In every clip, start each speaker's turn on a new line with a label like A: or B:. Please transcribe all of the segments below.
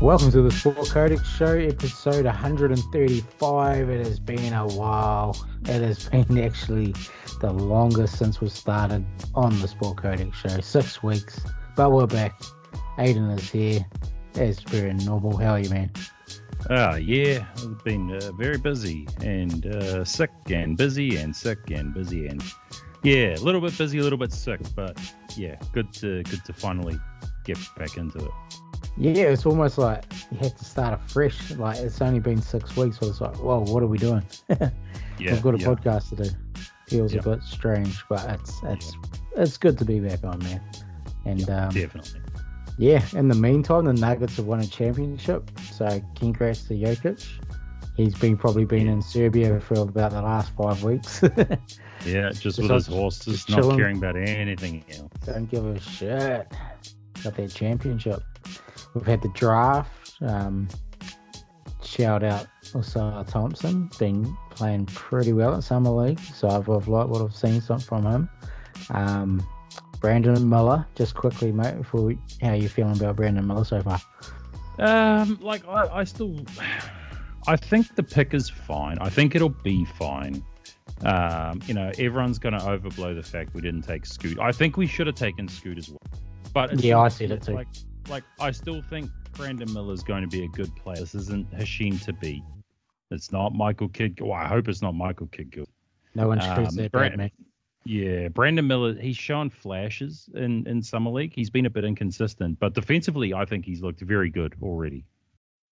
A: Welcome to the Sport Codex Show, episode 135. It has been a while. It has been actually the longest since we started on the Sport Codex Show, six weeks. But we're back. Aiden is here, as per normal. How are you, man?
B: Ah, yeah, I've been uh, very busy and uh, sick and busy and sick and busy and yeah, a little bit busy, a little bit sick, but yeah, good to good to finally get back into it.
A: Yeah, it's almost like you had to start afresh. Like it's only been six weeks, so it's like, whoa, what are we doing?
B: Yeah,
A: We've got a
B: yeah.
A: podcast to do. Feels
B: Yeah.
A: a bit strange, but it's it's it's good to be back on, man. And um,
B: definitely.
A: Yeah, in the meantime, the Nuggets have won a championship. So congrats to Jokic. He's been probably been in Serbia for about the last five weeks. Don't
B: Yeah, just
A: Just
B: with
A: like-
B: his horses,
A: just
B: not
A: chilling.
B: caring about anything else.
A: give a shit. Got that championship. We've had the draft. Um, shout out Osara Thompson. Been playing pretty well at Summer League. So I've, I've liked what I've seen some- from him. Um, Brandon Miller, just quickly, mate, before we, how you feeling about Brandon Miller so far?
B: Um, like I, I still, I think the pick is fine. I think it'll be fine. Um, you know, everyone's going to overblow the fact we didn't take Scoot. I think we should have taken Scoot as well. But it's
A: Yeah,
B: not-
A: I said it too.
B: Like, like I still think Brandon Miller's going to be a good player. This isn't Hashim to beat. It's not Michael Kidd. Well, I hope it's not Michael Kidd.
A: No one shoots
B: Um,
A: that
B: Brand-
A: bad, mate.
B: Yeah, Brandon Miller, he's shown flashes in, in summer league. He's been a bit inconsistent, but defensively, I think he's looked very good already.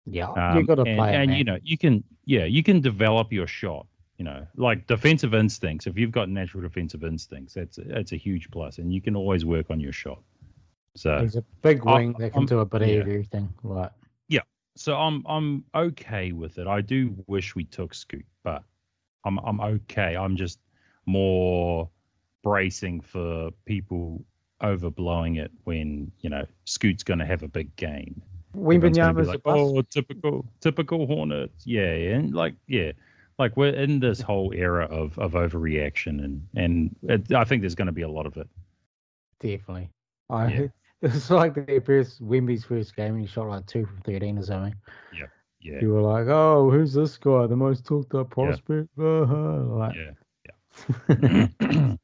A: Yeah,
B: Um,
A: you got to play
B: and,
A: it,
B: and
A: man.
B: you know you can yeah you can develop your shot you know like defensive instincts if you've got natural defensive instincts that's that's a huge plus and you can always work on your shot so
A: He's a big
B: I-
A: wing that can
B: I'm-
A: do a bit
B: yeah.
A: of everything. Right.
B: so i'm i'm okay with it i do wish we took scoot but i'm i'm okay i'm just more bracing for people overblowing it when you know scoot's going to have a big game Everyone's gonna be
A: Wembenyama's
B: like,
A: a bust.
B: Oh, typical, typical Hornets. Yeah, and like, yeah, like we're in this whole era of of overreaction, and and it, I think there's going to be a lot of it.
A: Definitely. I,
B: Yeah.
A: It's like their first Wemby's first game, and he shot like two from thirteen or something.
B: Yeah,
A: You were like, "Oh, who's this guy? The most talked up prospect." Uh-huh. Like,
B: yeah,
A: and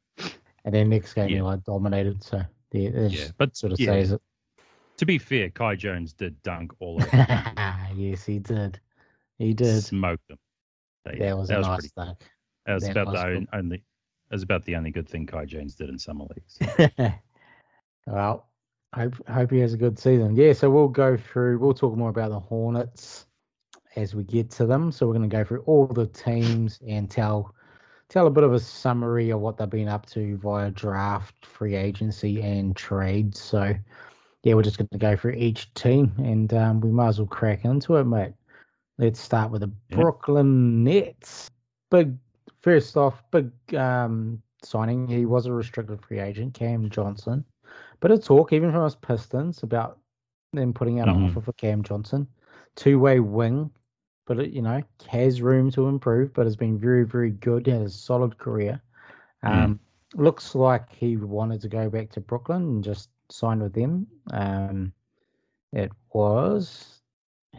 A: then next game,
B: Yeah.
A: he like dominated. So yeah, that
B: yeah.
A: just
B: But
A: sort of
B: yeah,
A: says it.
B: to be fair, Kai Jones did dunk all of them,
A: yes, he did. He did.
B: smoke them. They-
A: that was a nice
B: pretty.
A: duck.
B: That was
A: that
B: about
A: was
B: the
A: good.
B: on- only. That was about the only good thing Kai Jones did in summer leagues.
A: well, hope hope he has a good season. Yeah, so we'll go through. We'll talk more about the Hornets as we get to them. So we're going to go through all the teams and tell tell a bit of a summary of what they've been up to via draft, free agency, and trades. So yeah, we're just going to go through each team, and um, we might as well crack into it, mate. Let's start with the
B: Yeah.
A: Brooklyn Nets. Big first off, big um, signing. He was a restricted free agent, Cam Johnson. But of talk, even from us Pistons, about them putting out an
B: Mhm.
A: offer for Cam Johnson, two way wing. But it, you know, has room to improve, but has been very, very good. Had a solid career.
B: Mm.
A: Um, Looks like he wanted to go back to Brooklyn and just signed with them. Um, it was,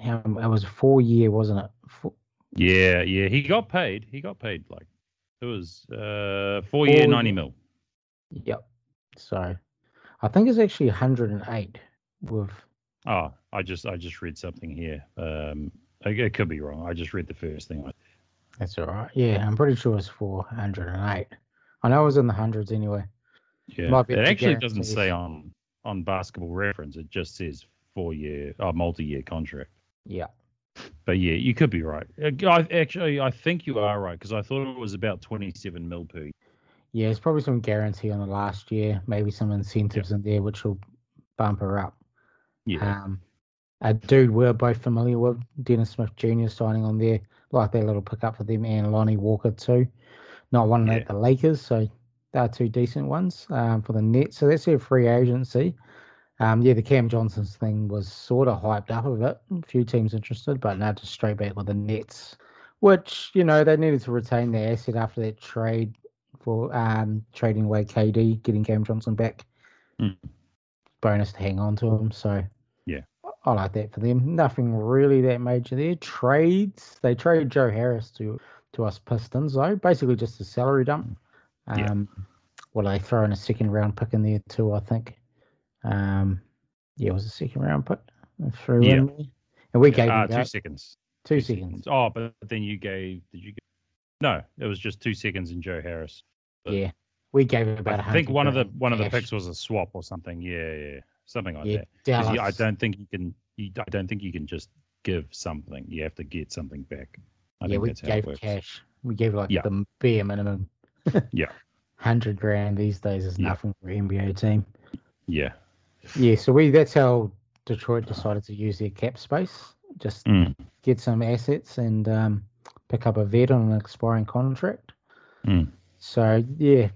A: how, it was a four year, wasn't it? Four,
B: yeah, yeah, he got paid. He got paid like it was uh, four year
A: Four-
B: ninety mil.
A: Yep. So I think it's actually 108 with
B: Oh, I just I just read something here. Um, I- it could be wrong. I just read the first thing.
A: that's all right. Yeah, I'm pretty sure it's 408. I know it was in the hundreds anyway.
B: Yeah,
A: Might be
B: it
A: the
B: actually doesn't
A: guarantees.
B: say on on Basketball Reference. It just says four year, uh, multi year contract.
A: Yeah.
B: But yeah, you could be right. Uh, I, actually, I think you are right because I thought it was about twenty seven mil per. Year.
A: Yeah, it's probably some guarantee on the last year, maybe some incentives in there which will bump her up.
B: Yeah,
A: Um, a dude we're both familiar with, Dennis Smith Jr. signing on there, like that little pickup for them, and Lonnie Walker too. Not one
B: Yeah.
A: at the Lakers, so they're two decent ones um, for the Nets. So that's their free agency. Um, yeah, the Cam Johnson's thing was sort of hyped up a bit. A few teams interested, but now just straight back with the Nets, which you know they needed to retain their asset after that trade for um, trading away KD, getting Cam Johnson back.
B: Mm.
A: Bonus to hang on to him. So
B: Yeah.
A: I like that for them. Nothing really that major there. Trades. They trade Joe Harris to to us Pistons though, basically just a salary dump. Um,
B: Mm. Yeah.
A: Well, they throw in a second round pick in there too, I think. Um, yeah, it was a second round pick. They Threw in there. and we gave
B: Ah,
A: him
B: two
A: that-
B: seconds.
A: two, seconds.
B: Oh, but then you gave. Did you? Get, no, it was just two seconds and Joe Harris. but-
A: Yeah, we gave him about.
B: I
A: 100
B: think one of the
A: grand
B: one of the
A: cash.
B: picks was a swap or something. Yeah, yeah, yeah. something like
A: Yeah,
B: that. 'Cause
A: Dallas.
B: you- I don't think you can. You, I don't think you can just give something. You have to get something back. I
A: yeah,
B: think
A: we
B: that's how it
A: gave
B: works.
A: cash. We gave like
B: Yeah.
A: the bare minimum.
B: Yeah.
A: Hundred grand these days is
B: Yeah.
A: nothing for an NBA team.
B: Yeah,
A: Yeah, so we that's how Detroit decided to use their cap space. Just
B: Mm.
A: get some assets and um, pick up a vet on an expiring contract.
B: Mm.
A: So yeah,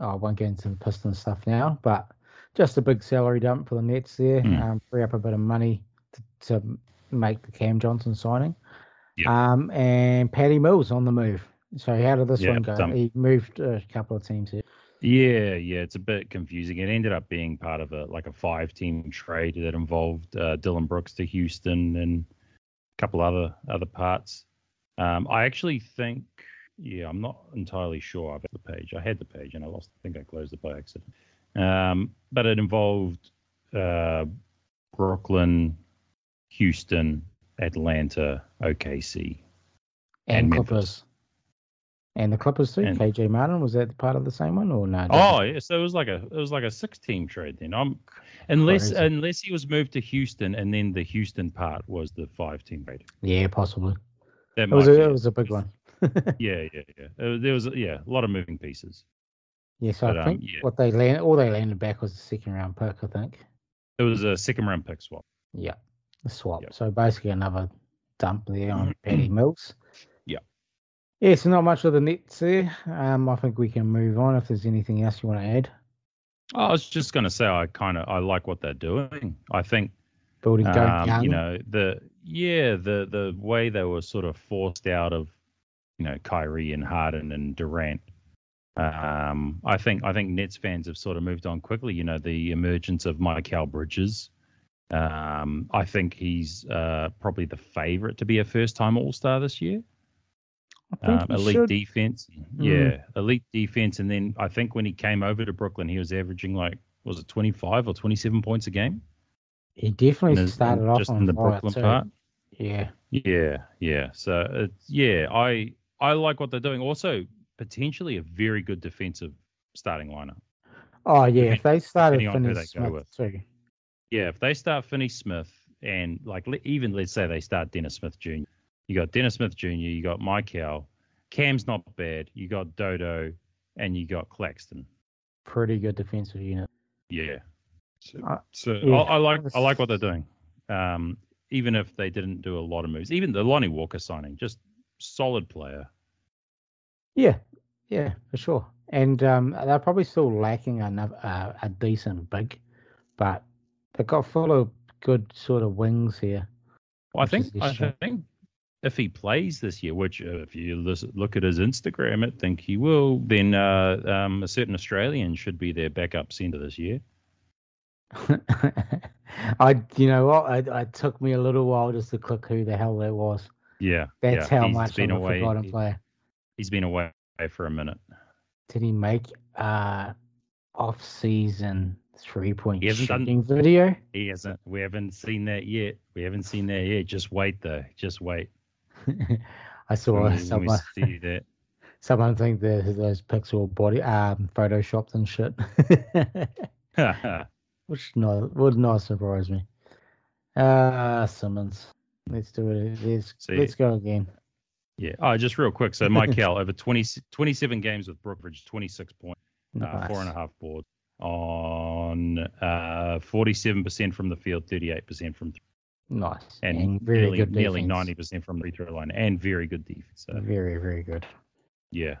A: I won't get into the Piston stuff now, but just a big salary dump for the Nets there.
B: Mm.
A: Um, free up a bit of money to, to make the Cam Johnson signing.
B: Yeah.
A: Um, and Patty Mills on the move. So how did this
B: Yeah,
A: one go?
B: dump.
A: He moved a couple of teams here.
B: yeah, yeah. It's a bit confusing. It ended up being part of a like a five team trade that involved uh, Dylan Brooks to Houston and a couple other other parts. Um, I actually think. Yeah, I'm not entirely sure. I've had the page. I had the page and I lost. I think I closed it by accident. um, but it involved uh, Brooklyn, Houston, Atlanta, OKC.
A: and,
B: And Memphis.
A: Clippers. And the Clippers too.
B: And-
A: KJ Martin was that part of the same one or no?
B: Oh, yeah, so it was like a it was like a six team trade then. I'm unless
A: Crazy.
B: unless he was moved to Houston and then the Houston part was the five team trade.
A: yeah, possibly.
B: That
A: It was
B: might
A: a,
B: be
A: it was a big one.
B: Yeah, yeah, yeah. Uh, there was yeah a lot of moving pieces.
A: Yeah, so
B: But,
A: I
B: um,
A: think
B: yeah.
A: what they landed, all they landed back was the second round pick, I think.
B: It was a second round pick swap.
A: Yeah, a swap.
B: Yep.
A: So basically another dump there on Patty Mills.
B: Yep.
A: Yeah, so not much of the nets there. Um, I think we can move on if there's anything else you want to add.
B: I was just gonna say I kind of I like what they're doing. I think
A: Building Go
B: um,
A: Young.
B: you know the yeah the the way they were sort of forced out of you know Kyrie and Harden and Durant. Um, I think I think Nets fans have sort of moved on quickly. You know the emergence of Michael Bridges. Um, I think he's uh, probably the favorite to be a first time All Star this year.
A: I think
B: Um,
A: he
B: elite
A: should- Mm.
B: defense, yeah, elite defense, and then I think when he came over to Brooklyn, he was averaging like was it twenty five or twenty seven points a game?
A: He definitely
B: And then-
A: started off
B: just
A: on
B: in the
A: fire
B: Brooklyn
A: too.
B: part.
A: Yeah,
B: Yeah, yeah. So it's yeah, I I like what they're doing. Also, potentially a very good defensive starting lineup.
A: Oh yeah, if
B: Depend-
A: they started
B: depending on who
A: Finney
B: they go
A: Smith
B: with.
A: too.
B: Yeah, if they start Finney Smith and like le- even let's say they start Dennis Smith Jr. You got Dennis Smith Jr. You got Mike Howe. Cam's not bad. You got Dodo, and you got Claxton.
A: Pretty good defensive unit.
B: Yeah. So,
A: Uh,
B: so
A: yeah.
B: I, I like I like what they're doing. Um, even if they didn't do a lot of moves, even the Lonnie Walker signing, just solid player.
A: Yeah, yeah, for sure. And um, they're probably still lacking another uh, a decent big, but they've got full of good sort of wings here.
B: Well, I
A: which is
B: think I
A: issue.
B: think if he plays this year, which uh, if you lis- look at his Instagram, I think he will. Then uh, um, a certain Australian should be their backup centre this year.
A: I, you know what? I, it took me a little while just to click who the hell that was.
B: Yeah,
A: That's
B: yeah.
A: how
B: he's
A: much
B: been
A: I'm a
B: away.
A: forgotten
B: he-
A: player.
B: He's been away for a minute.
A: Did he make uh off-season three-point
B: He hasn't done-
A: shooting video?
B: He hasn't. We haven't seen that yet. We haven't seen that yet. Just wait though. Just wait.
A: I
B: When
A: saw
B: we- when we
A: someone.
B: see that.
A: Someone think that those pixel body um photoshopped and shit. Which not would not surprise me. Ah, Simmons. Let's do it. Let's,
B: See.
A: let's go again.
B: Yeah. Oh, just real quick. So Mike Cal over 20, 27 games with Brookridge, 26 points, uh, four and a
A: Nice.
B: half boards on uh, 47% from the field, 38% from th-
A: Nice.
B: and,
A: very
B: nearly,
A: good
B: nearly
A: defense.
B: 90% from the free throw line and very good defense. So
A: Very, very good.
B: yeah.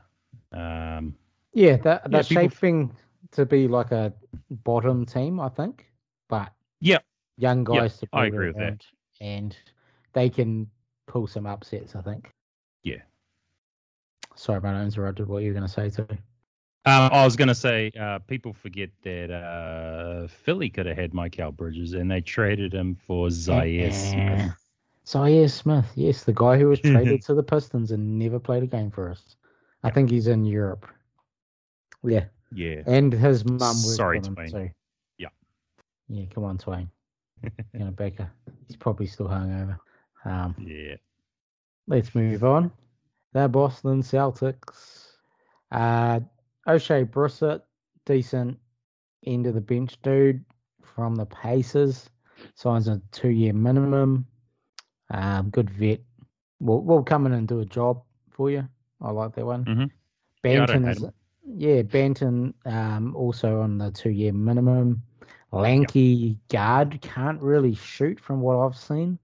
B: Um,
A: Yeah, that
B: Yeah,
A: that's
B: people-
A: shaping to be like a bottom team, I think. But
B: Yep.
A: young
B: Yep,
A: guys to
B: I
A: build
B: agree with that.
A: around, and they can pull some upsets, I think.
B: Yeah.
A: Sorry, man, I interrupted what you were going to say too.
B: Um, I was going to say, uh, people forget that uh, Philly could have had Michael Bridges, and they traded him for Zaire Smith.
A: Zaire Smith, yes, the guy who was traded to the Pistons and never played a game for us. I think he's in Europe. Yeah,
B: Yeah,
A: and his mum was
B: Sorry,
A: him
B: Twain.
A: too.
B: Yeah.
A: Yeah, come on, Twain. you know, Baker. He's probably still hungover. Um,
B: yeah.
A: Let's move on. The Boston Celtics. Uh, O'Shea Brissett, decent end of the bench dude from the Pacers. Signs a two year minimum. Um, good vet. Will will come in and do a job for you. I like that one.
B: Mhm. Yeah, I don't
A: Banton
B: hate
A: is yeah, Banton um, also on the two year minimum. Lanky guard can't really shoot from what I've seen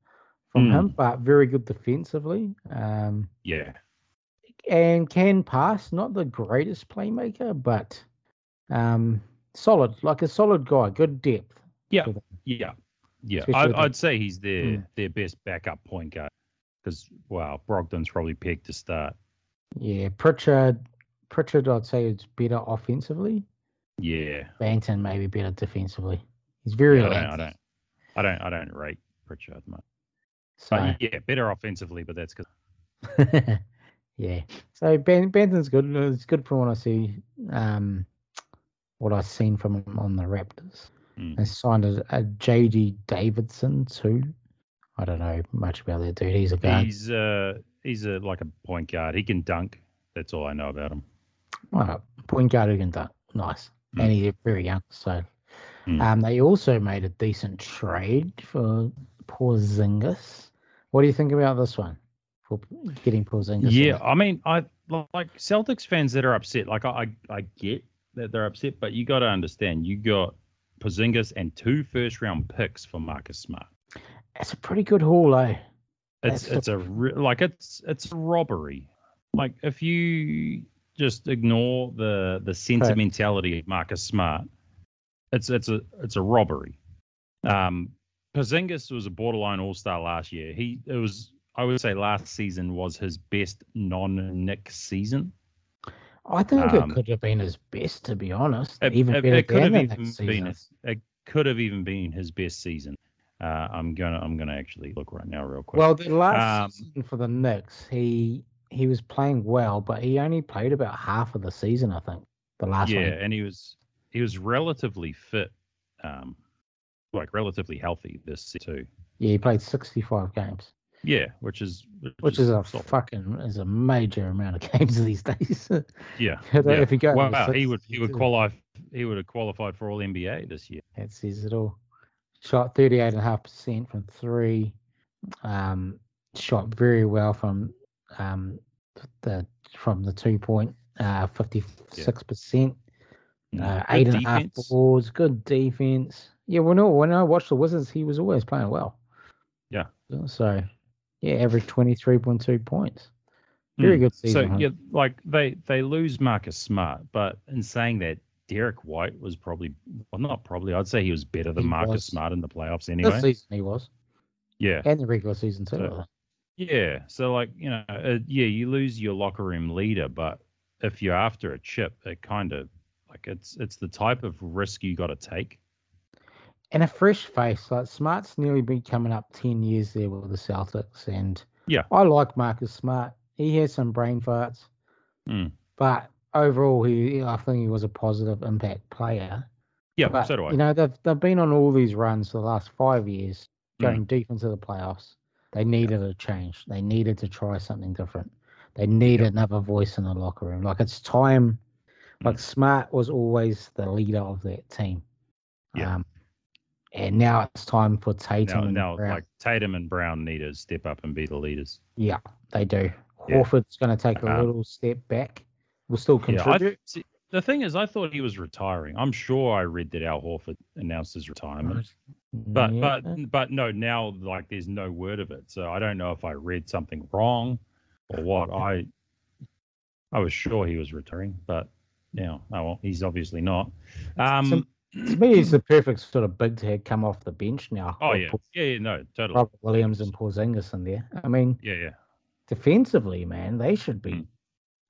A: from
B: Mm.
A: him, but very good defensively. Um,
B: Yeah.
A: and can pass, not the greatest playmaker, but um, solid, like a solid guy, good depth.
B: Yeah. Yeah.
A: Especially
B: I,
A: with the-
B: I'd say he's their,
A: Mm.
B: their best backup point guard because, wow, Brogdon's probably pegged to start.
A: Yeah, Pritchard, Pritchard, I'd say is better offensively.
B: Yeah.
A: Banton maybe better defensively. He's very
B: I, don't,
A: lanky.
B: I don't, I don't, I don't rate Pritchard much.
A: So,
B: But yeah, better offensively, but that's because
A: yeah. So ben, Benton's good. It's good from what I see. Um, what I've seen from him on the Raptors.
B: Mm.
A: They signed a, a JD Davidson too. I don't know much about that dude. He's a guy.
B: he's uh he's a like a point guard. He can dunk. That's all I know about him.
A: Well, point guard who can dunk. Nice.
B: Mm.
A: And he's very young. So
B: Mm.
A: um, they also made a decent trade for Porzingis. What do you think about this one? For getting Porzingis. in
B: Yeah,
A: it?
B: I mean, I like Celtics fans that are upset. Like I, I, I get that they're upset, but you got to understand, you got Porzingis and two first round picks for Marcus Smart.
A: It's a pretty good haul, eh?
B: It's
A: That's the-
B: it's a re- like it's it's a robbery. Like if you just ignore the the sentimentality of Marcus Smart, it's it's a it's a robbery. Um, Porzingis was a borderline All Star last year. He it was I would say last season was his best non Nick season.
A: I think
B: Um,
A: it could have been his best, to be honest.
B: It,
A: even
B: it-
A: better
B: it could
A: than
B: have
A: the
B: even
A: next
B: been
A: season.
B: his- it could have even been his best season. Uh, I'm gonna I'm gonna actually look right now real quick.
A: Well, the last
B: Um,
A: season for the Knicks, he he was playing well, but he only played about half of the season, I think. The last
B: yeah,
A: one.
B: and he was he was relatively fit, um, like relatively healthy this se- too.
A: Yeah, he played sixty five games.
B: Yeah, which is which,
A: Which is a
B: solid.
A: fucking is a major amount of games these days.
B: yeah.
A: if
B: yeah.
A: you go
B: wow,
A: over six,
B: he would he would
A: it's-
B: qualify he would have qualified for All NBA this year.
A: That says it all. Shot 38.5% from three. Um, shot very well from um, the from the two point, uh, 56%. Uh,
B: Mm. Good
A: eight and a half
B: defense.
A: boards, good defense. Yeah, well, no, when I watched the Wizards, he was always playing well.
B: Yeah.
A: So, yeah, average 23.2 points. Very
B: Mm.
A: good
B: So
A: season. huh?
B: yeah, like they they lose Marcus Smart, but in saying that, Derek White was probably well not probably I'd say he was better than
A: He
B: Marcus
A: was.
B: Smart in the playoffs
A: This
B: anyway.
A: season he was,
B: Yeah,
A: and the regular season too.
B: So-
A: I think.
B: Yeah. So, like, you know, uh, yeah, you lose your locker room leader, but if you're after a chip, it kind of like it's it's the type of risk you got to take.
A: and a fresh face. Like Smart's nearly been coming up ten years there with the Celtics, and
B: Yeah.
A: I like Marcus Smart. He has some brain farts,
B: Mm.
A: but overall, he I think he was a positive impact player.
B: Yeah.
A: But,
B: so do I.
A: You know, they've they've been on all these runs for the last five years, going
B: Mm.
A: deep into the playoffs. They needed a change. They needed to try something different. They need another voice in the locker room. Like it's time.
B: Mm.
A: Like Smart was always the leader of that team.
B: Yeah.
A: Um, and now it's time for Tatum.
B: now,
A: and
B: now
A: Brown.
B: like Tatum and Brown need to step up and be the leaders.
A: yeah, they do.
B: Yeah.
A: Horford's going to take a
B: Um,
A: little step back. Will still
B: Yeah. I,
A: contribute.
B: th- see, the thing is, I thought he was retiring. I'm sure I read that Al Horford announced his retirement. But
A: Yeah.
B: but but no, now like there's no word of it. So I don't know if I read something wrong or what. I I was sure he was returning, but now oh well, he's obviously not. Um
A: to me, he's the perfect sort of big to have come off the bench now.
B: oh
A: With
B: yeah.
A: Paul-
B: Yeah, yeah, no, totally.
A: Robert Williams and Porzingis in there. I mean,
B: Yeah, yeah.
A: defensively, man, they should be
B: Mm.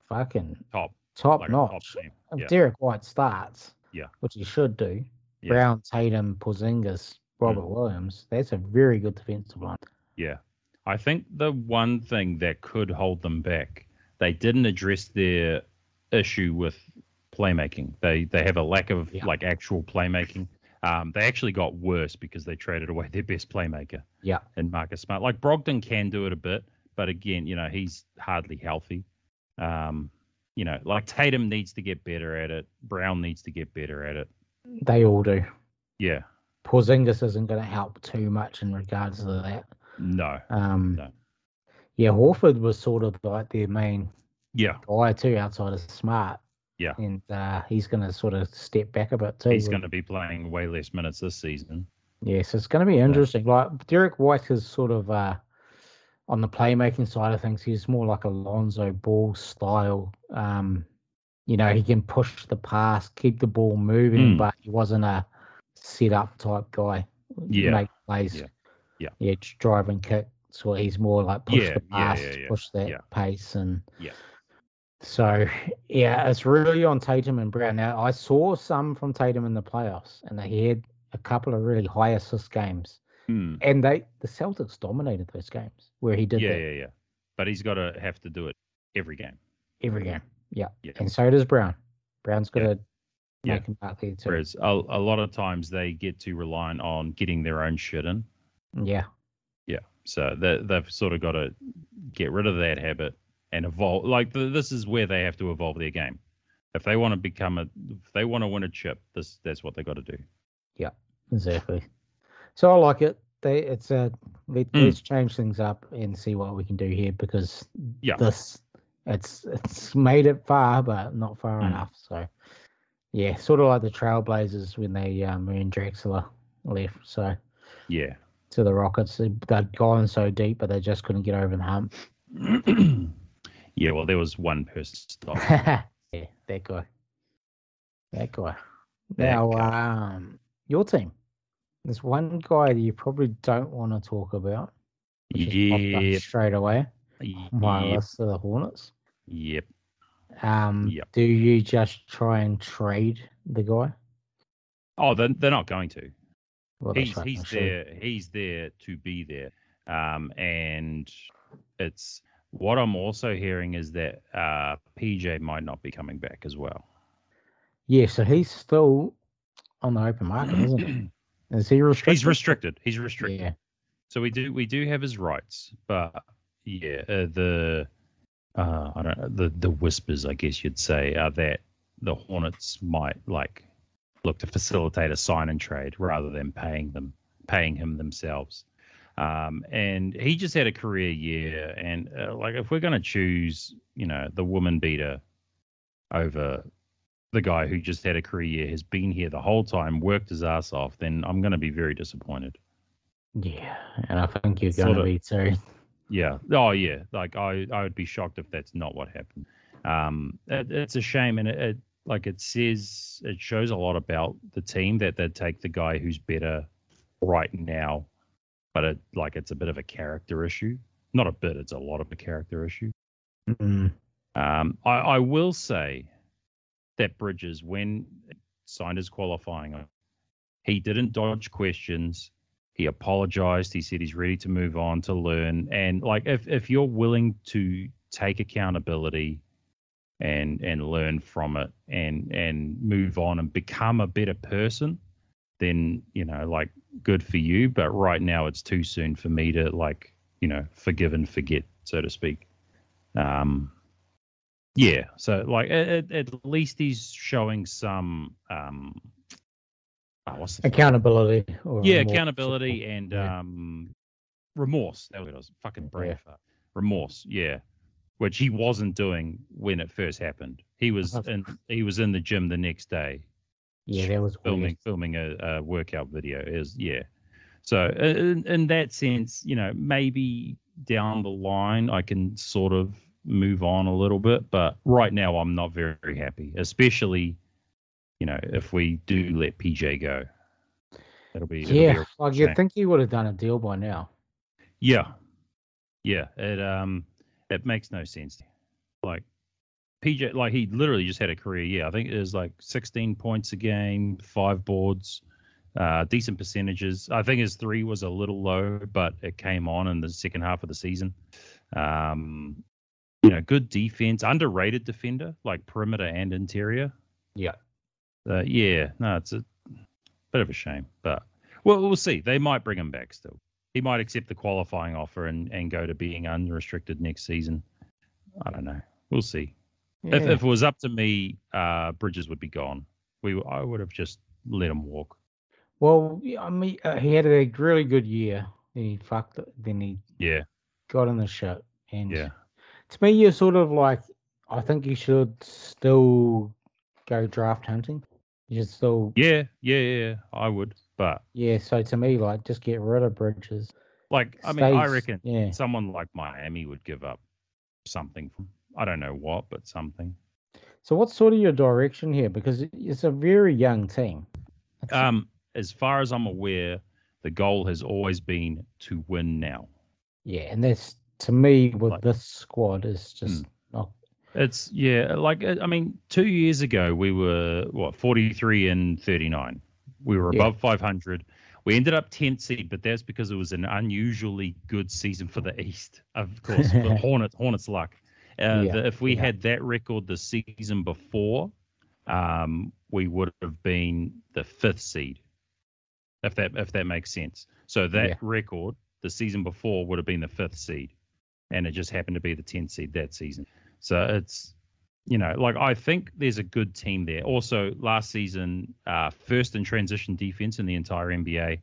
A: fucking
B: Top.
A: top
B: Like a top
A: notch.
B: team.
A: if
B: Yeah.
A: Derek White starts,
B: Yeah.
A: which he should do,
B: Yeah. Hmm.
A: Brown, Tatum, Porzingis, Robert Williams, that's a very good defensive line.
B: Yeah. I think the one thing that could hold them back, they didn't address their issue with playmaking. They they have a lack of
A: Yeah.
B: like actual playmaking. Um, they actually got worse because they traded away their best playmaker
A: Yeah.
B: in Marcus Smart. Like Brogdon can do it a bit, but again, you know, he's hardly healthy. Um, you know, like Tatum needs to get better at it. Brown needs to get better at it.
A: They all do.
B: Yeah.
A: Porzingis isn't going to help too much in regards to that.
B: No.
A: Um,
B: No.
A: Yeah, Horford was sort of like their main
B: Yeah.
A: guy too outside of Smart.
B: Yeah.
A: and uh, he's going to sort of step back a bit too.
B: He's
A: with-
B: going to be playing way less minutes this season.
A: Yes, it's going to be interesting. Like Derek White is sort of uh, on the playmaking side of things. He's more like a Lonzo Ball style. Um, you know, he can push the pass, keep the ball moving,
B: Mm.
A: but he wasn't a set up type guy.
B: Yeah.
A: make plays.
B: Yeah. Yeah.
A: yeah, j- drive and kick. So he's more like push
B: Yeah,
A: the
B: yeah, yeah,
A: pass,
B: yeah,
A: push that
B: yeah.
A: pace, and
B: Yeah.
A: So yeah, it's really on Tatum and Brown. Now I saw some from Tatum in the playoffs, and they had a couple of really high assist games,
B: Hmm.
A: and they the Celtics dominated those games where he did
B: yeah,
A: that
B: yeah, yeah. But he's got to have to do it every game.
A: every game. Yeah,
B: Yeah.
A: and so does Brown. Brown's got
B: Yeah.
A: to
B: Yeah.
A: make him out there too.
B: Whereas a, a lot of times they get too reliant on getting their own shit in.
A: Yeah,
B: So they, they've sort of got to get rid of that habit and evolve. Like th this is where they have to evolve their game. If they want to become a, if they want to win a chip, this that's what they got to do.
A: exactly. So I like it. They it's a let,
B: Mm.
A: let's change things up and see what we can do here because
B: Yeah.
A: this it's it's made it far but not far
B: Mm.
A: enough so yeah sort of like the trailblazers when they um when drexler left so
B: Yeah.
A: to the rockets they- they'd gone so deep but they just couldn't get over the hump
B: yeah. Well, there was one person stop.
A: yeah that guy that guy
B: That
A: now um your team there's one guy that you probably don't want to talk about which has popped up
B: Yep.
A: straight away on my
B: Yep.
A: list of the hornets
B: Yep.
A: Um,
B: Yep.
A: do you just try and trade the guy?
B: Oh, they're, they're not going to.
A: Well, that's
B: he's
A: right,
B: he's
A: I'm sure.
B: there he's there to be there um and it's what i'm also hearing is that uh pj might not be coming back as well
A: Yeah, so he's still on the open market, isn't he? Is he restricted?
B: he's restricted he's restricted
A: Yeah,
B: so we do we do have his rights but yeah uh, the uh i don't know the the whispers i guess you'd say are that the hornets might like look to facilitate a sign and trade rather than paying them paying him themselves um, and he just had a career year and uh, like if we're going to choose you know the woman beater over the guy who just had a career year has been here the whole time worked his ass off then i'm going to be very disappointed
A: yeah, and I think you're
B: Sort
A: going to
B: of.
A: be too.
B: yeah. Oh, yeah. Like I, I would be shocked if that's not what happened. Um, it, it's a shame, and it, it like it says it shows a lot about the team that they take the guy who's better right now, but it like it's a bit of a character issue. Not a bit. It's a lot of a character issue.
A: Mm,
B: Um, I, I will say that Bridges, when signed his qualifying, he didn't dodge questions. He apologized. He said he's ready to move on to learn. And like, if if you're willing to take accountability and and learn from it and and move on and become a better person, then you know, like, good for you. But right now, it's too soon for me to like, you know, forgive and forget, so to speak. Um, yeah. So like at, at least he's showing some um oh, what's the
A: accountability. Or
B: yeah,
A: remorse.
B: accountability and
A: Yeah.
B: um remorse. That was what I was fucking brain
A: Yeah.
B: fart. Remorse, yeah. Which he wasn't doing when it first happened. He was
A: Okay.
B: in he was in the gym the next
A: Oh,
B: day
A: Yeah, that was
B: filming
A: weird.
B: filming a, a workout video is yeah so i- in, in that sense you know maybe down the line i can sort of move on a little bit but right now i'm not very happy especially you know if we do let pj go it'll be it'll be
A: Yeah,
B: a-
A: like you'd
B: shame.
A: think he would have done a deal by now.
B: yeah yeah it um it makes no sense like PJ, like he literally just had a career year. I think it was like 16 points a game, five boards, uh, decent percentages. I think his three was a little low, but it came on in the second half of the season. Um, you know, good defense, underrated defender, like perimeter and interior.
A: Yeah.
B: Uh, yeah, no, it's a bit of a shame, but well, we'll see. They might bring him back still. He might accept the qualifying offer and, and go to being unrestricted next season. I don't know. We'll see. If,
A: Yeah.
B: if it was up to me, uh, Bridges would be gone. We I would have just let him walk.
A: Well, yeah, I mean, uh, he had a really good year. Then he fucked it. Then he
B: Yeah,
A: got in the shit. And
B: yeah,
A: to me, you're sort of like, I think you should still go draft hunting. You should still,
B: yeah, yeah, yeah. I would, but
A: yeah. So to me, like, just get rid of Bridges.
B: like I mean, I
A: Stays-
B: reckon
A: Yeah.
B: someone like Miami would give up something. From, I don't know what, but something.
A: So what's sort of your direction here? Because it- it's a very young team. It's-
B: Um, as far as I'm aware, the goal has always been to win now.
A: yeah, and that's to me with
B: like- Mm.
A: this squad is just not.
B: It's yeah, like uh, I I mean, two years ago we were what forty three and thirty nine. We were
A: Yeah.
B: above five hundred. We ended up tenth seed, but that's because it was an unusually good season for the East, of course. the Hornets, Hornets luck. Uh,
A: Yeah,
B: the, if we
A: yeah.
B: had that record the season before, um, we would have been the fifth seed. If that if that makes sense. So that
A: Yeah.
B: record the season before would have been the fifth seed, and it just happened to be the tenth seed that season. So it's you know like I think there's a good team there. Also last season, uh, first in transition defense in the entire NBA,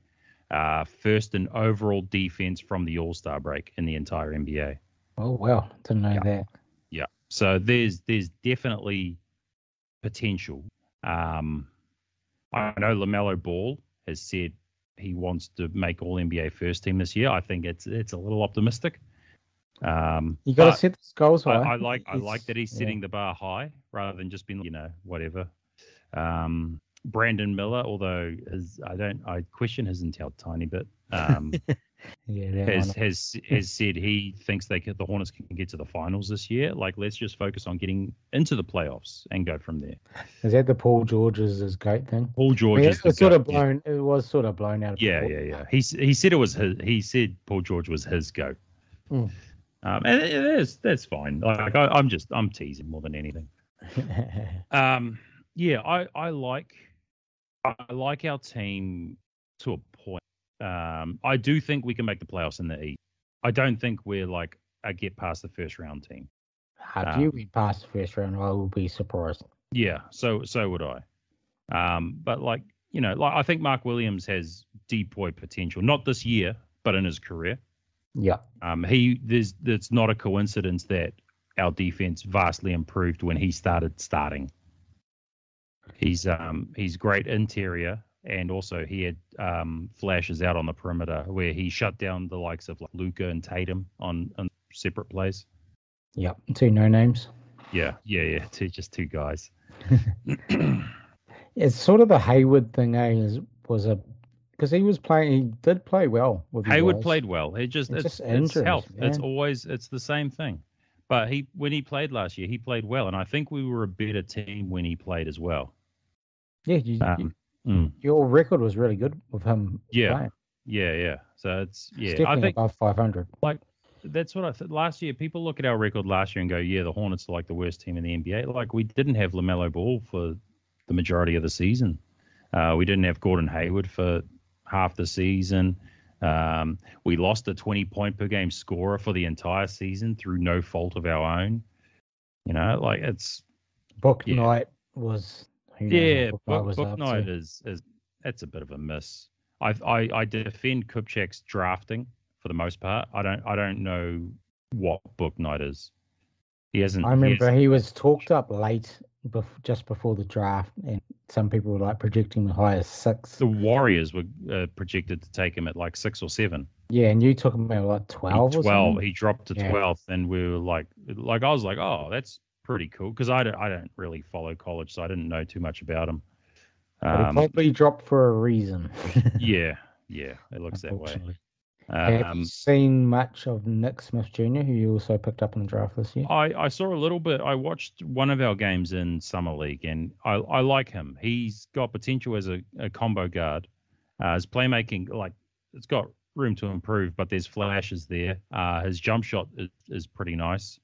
B: uh, first in overall defense from the All Star break in the entire NBA.
A: Oh well, didn't know
B: Yeah.
A: that.
B: So there's there's definitely potential. Um, I know Lamelo Ball has said he wants to make All NBA first team this year. I think it's it's a little optimistic. Um,
A: You got to
B: but
A: set the goals
B: I,
A: high.
B: I like I like
A: It's-
B: that he's
A: yeah.
B: setting the bar high rather than just being you know whatever. Um, Brandon Miller, although his, I don't I question his intel a tiny bit. Um,
A: Yeah, that
B: has
A: one.
B: has has said he thinks they could, the Hornets can get to the finals this year. Like, let's just focus on getting into the playoffs and go from there.
A: is that the Paul George's his goat thing?
B: Paul
A: I
B: George
A: mean,
B: is
A: it
B: the
A: was sort
B: goat.
A: of blown. It was sort of blown out of
B: Yeah, yeah,
A: proportion.
B: yeah. He s- he said it was his. He said Paul George was his goat.
A: Mm.
B: Um, and it- it is that's fine. Like I, I'm just I'm teasing more than anything. Um, yeah, I, I like I like our team to a point. Um, I do think we can make the playoffs in the East. I don't think we're like a get past the first round team.
A: If you
B: Um,
A: went past the first round, I will be surprised.
B: Yeah, so so would I. Um, but like you know, like I think Mark Williams has depoy potential, not this year, but in his career.
A: Yeah,
B: Um, he there's it's not a coincidence that our defense vastly improved when he started starting. He's um he's great interior, and also he had um flashes out on the perimeter where he shut down the likes of like Luca and Tatum on on separate plays.
A: yeah. Two no names.
B: Yeah, yeah, yeah. Two just two guys.
A: It's sort of the Hayward thing, eh? Is, was a because he was playing. He did play well. With you
B: Hayward
A: guys.
B: played well. It just
A: It's
B: it's,
A: just
B: it's
A: injuries,
B: health. It's
A: man.
B: always it's the same thing. But he when he played last year, he played well, and I think we were a better team when he played as well.
A: Yeah, you, you-
B: Um, mm,
A: your record was really good with him.
B: Yeah,
A: playing.
B: yeah, yeah. So it's
A: It's
B: yeah. I
A: definitely
B: think
A: above five hundred.
B: that's what I thought last year. People look at our record last year and go, "Yeah, the Hornets are like the worst team in the NBA." Like we didn't have Lamelo Ball for the majority of the season. Uh, we didn't have Gordon Hayward for half the season. Um, we lost a 20 point per game scorer for the entire season through no fault of our own. You know, like it's
A: Book
B: Yeah.
A: night was. who knows what
B: yeah,
A: Book Knight
B: book,
A: was
B: book
A: up
B: night
A: to.
B: is is that's a bit of a miss. I I, I defend Kupchak's drafting for the most part. I don't I don't know what book night is. He hasn't.
A: I
B: he
A: remember
B: hasn't-
A: he was talked up late, bef- just before the draft, and some people were like predicting the highest six.
B: the Warriors were uh, projected to take him at like six or seven.
A: Yeah, and you took him at like
B: He
A: twelve. or
B: Twelve.
A: something?
B: He dropped to
A: Yeah.
B: twelfth, and we were like, like I was like, oh, that's pretty cool because I don't I don't really follow college, so I didn't know too much about him.
A: But he
B: Um,
A: probably dropped for a reason.
B: yeah, yeah, it looks that way.
A: unfortunately. Have you
B: Um,
A: seen much of Nick Smith Jr., who you also picked up in the draft this year?
B: I, I saw a little bit. I watched one of our games in summer league, and I, I like him. He's got potential as a, a combo guard. Uh, his playmaking, like, it's got room to improve, but there's flashes there. Uh, his jump shot is, is pretty nice.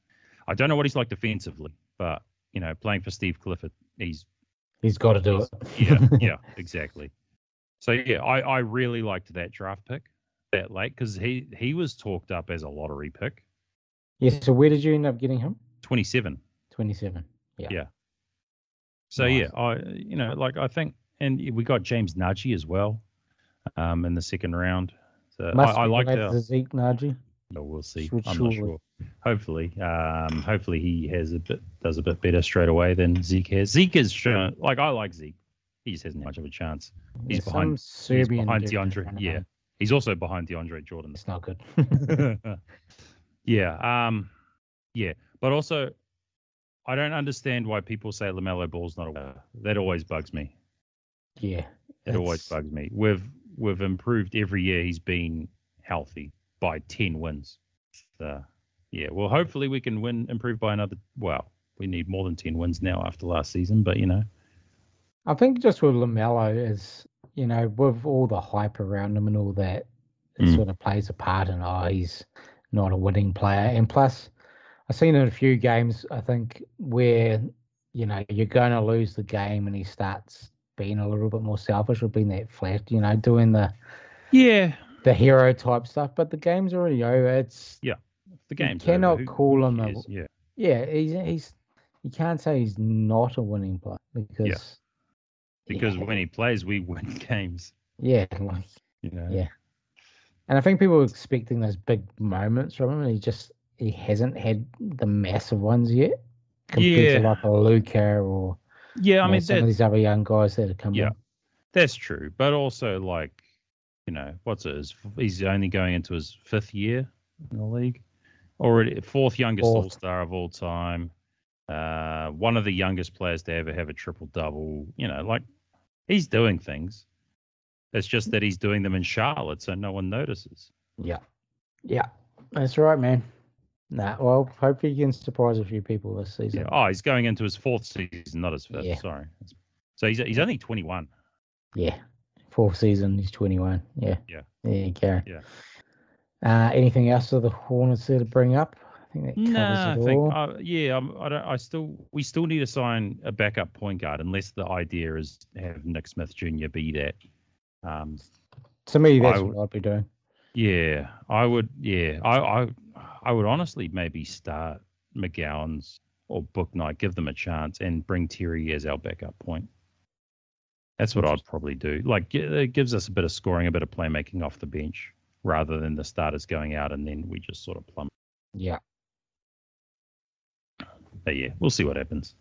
B: I don't know what he's like defensively, but you know, playing for Steve Clifford, he's
A: He's got to do it.
B: yeah, yeah, exactly. So yeah, I, I really liked that draft pick that late because he he was talked up as a lottery pick,
A: Yeah, so where did you end up getting him?
B: twenty seven.
A: 27.
B: So
A: Nice.
B: yeah, I you know like I think, and we got James Nagy as well, um, in the second round. So I,
A: Must
B: Uh, I
A: be
B: liked
A: related
B: our,
A: to Zeke Naji.
B: No, we'll see.
A: Sure,
B: I'm
A: sure.
B: not sure. Hopefully, um, hopefully he has a bit does a bit better straight away than Zeke has. Zeke is shown like I like Zeke. He just hasn't had much of a chance. He's
A: Yeah,
B: behind-
A: some Serbian
B: behind
A: dude in
B: DeAndre,
A: front of
B: yeah.
A: him.
B: He's also behind DeAndre Jordan.
A: It's not good.
B: yeah, um, yeah, but also I don't understand why people say Lamelo Ball's not a winner. That always bugs me.
A: yeah.
B: It always
A: it's-
B: bugs me. We've we've improved every year he's been healthy by ten wins. So, yeah, well, hopefully we can win, improve by another. Well, we need more than ten wins now after last season, but you know,
A: I think just with LaMelo is, you know, with all the hype around him and all that, it
B: Mm.
A: sort of plays a part in, oh, he's not a winning player. And plus, I've seen in a few games, I think, where, you know, you're going to lose the game and he starts being a little bit more selfish or being that flat, you know, doing the,
B: yeah,
A: the hero type stuff. But the game's already over. It's,
B: the
A: you
B: game's over.
A: cannot
B: Who
A: call him a,
B: cares? Yeah,
A: yeah, he's, he's, you can't say he's not a winning player because,
B: because
A: yeah,
B: when he plays, we win games.
A: yeah, like,
B: You know,
A: Yeah. And I think people were expecting those big moments from him, and he just he hasn't had the massive ones yet. Compared to
B: Yeah.
A: like a Luca or
B: yeah.
A: you
B: I
A: know,
B: mean,
A: some
B: that,
A: of these other young guys that have come
B: Yeah.
A: in.
B: That's true, but also like, you know, what's it? His, he's only going into his fifth year in the league, already fourth youngest
A: Fourth.
B: All Star of all time, uh, one of the youngest players to ever have a triple double. You know, like he's doing things. It's just that he's doing them in Charlotte, so no one notices.
A: Yeah. Yeah. That's right, man. Nah, well, hopefully you can surprise a few people this
B: Yeah.
A: season.
B: Oh, he's going into his fourth season, not his fifth.
A: Yeah.
B: Sorry. So he's he's only twenty one.
A: Yeah. Fourth season, he's 21. Yeah.
B: Yeah.
A: There you go.
B: Yeah.
A: Uh, anything else of the Hornets there to bring up? I think that covers
B: Nah, I
A: it
B: think
A: all.
B: uh, yeah. I'm, I don't. I still. We still need to sign a backup point guard, unless the idea is to have Nick Smith Jr. be that. Um,
A: to me, that's
B: I-
A: what I'd be doing.
B: yeah, I would. Yeah, I, I, I would honestly maybe start McGowan's or Book Night, give them a chance, and bring Terry as our backup point. That's what I'd probably do. Like, gi- it gives us a bit of scoring, a bit of playmaking off the bench, rather than the starters going out and then we just sort of plummet.
A: Yeah.
B: But yeah, we'll see what happens.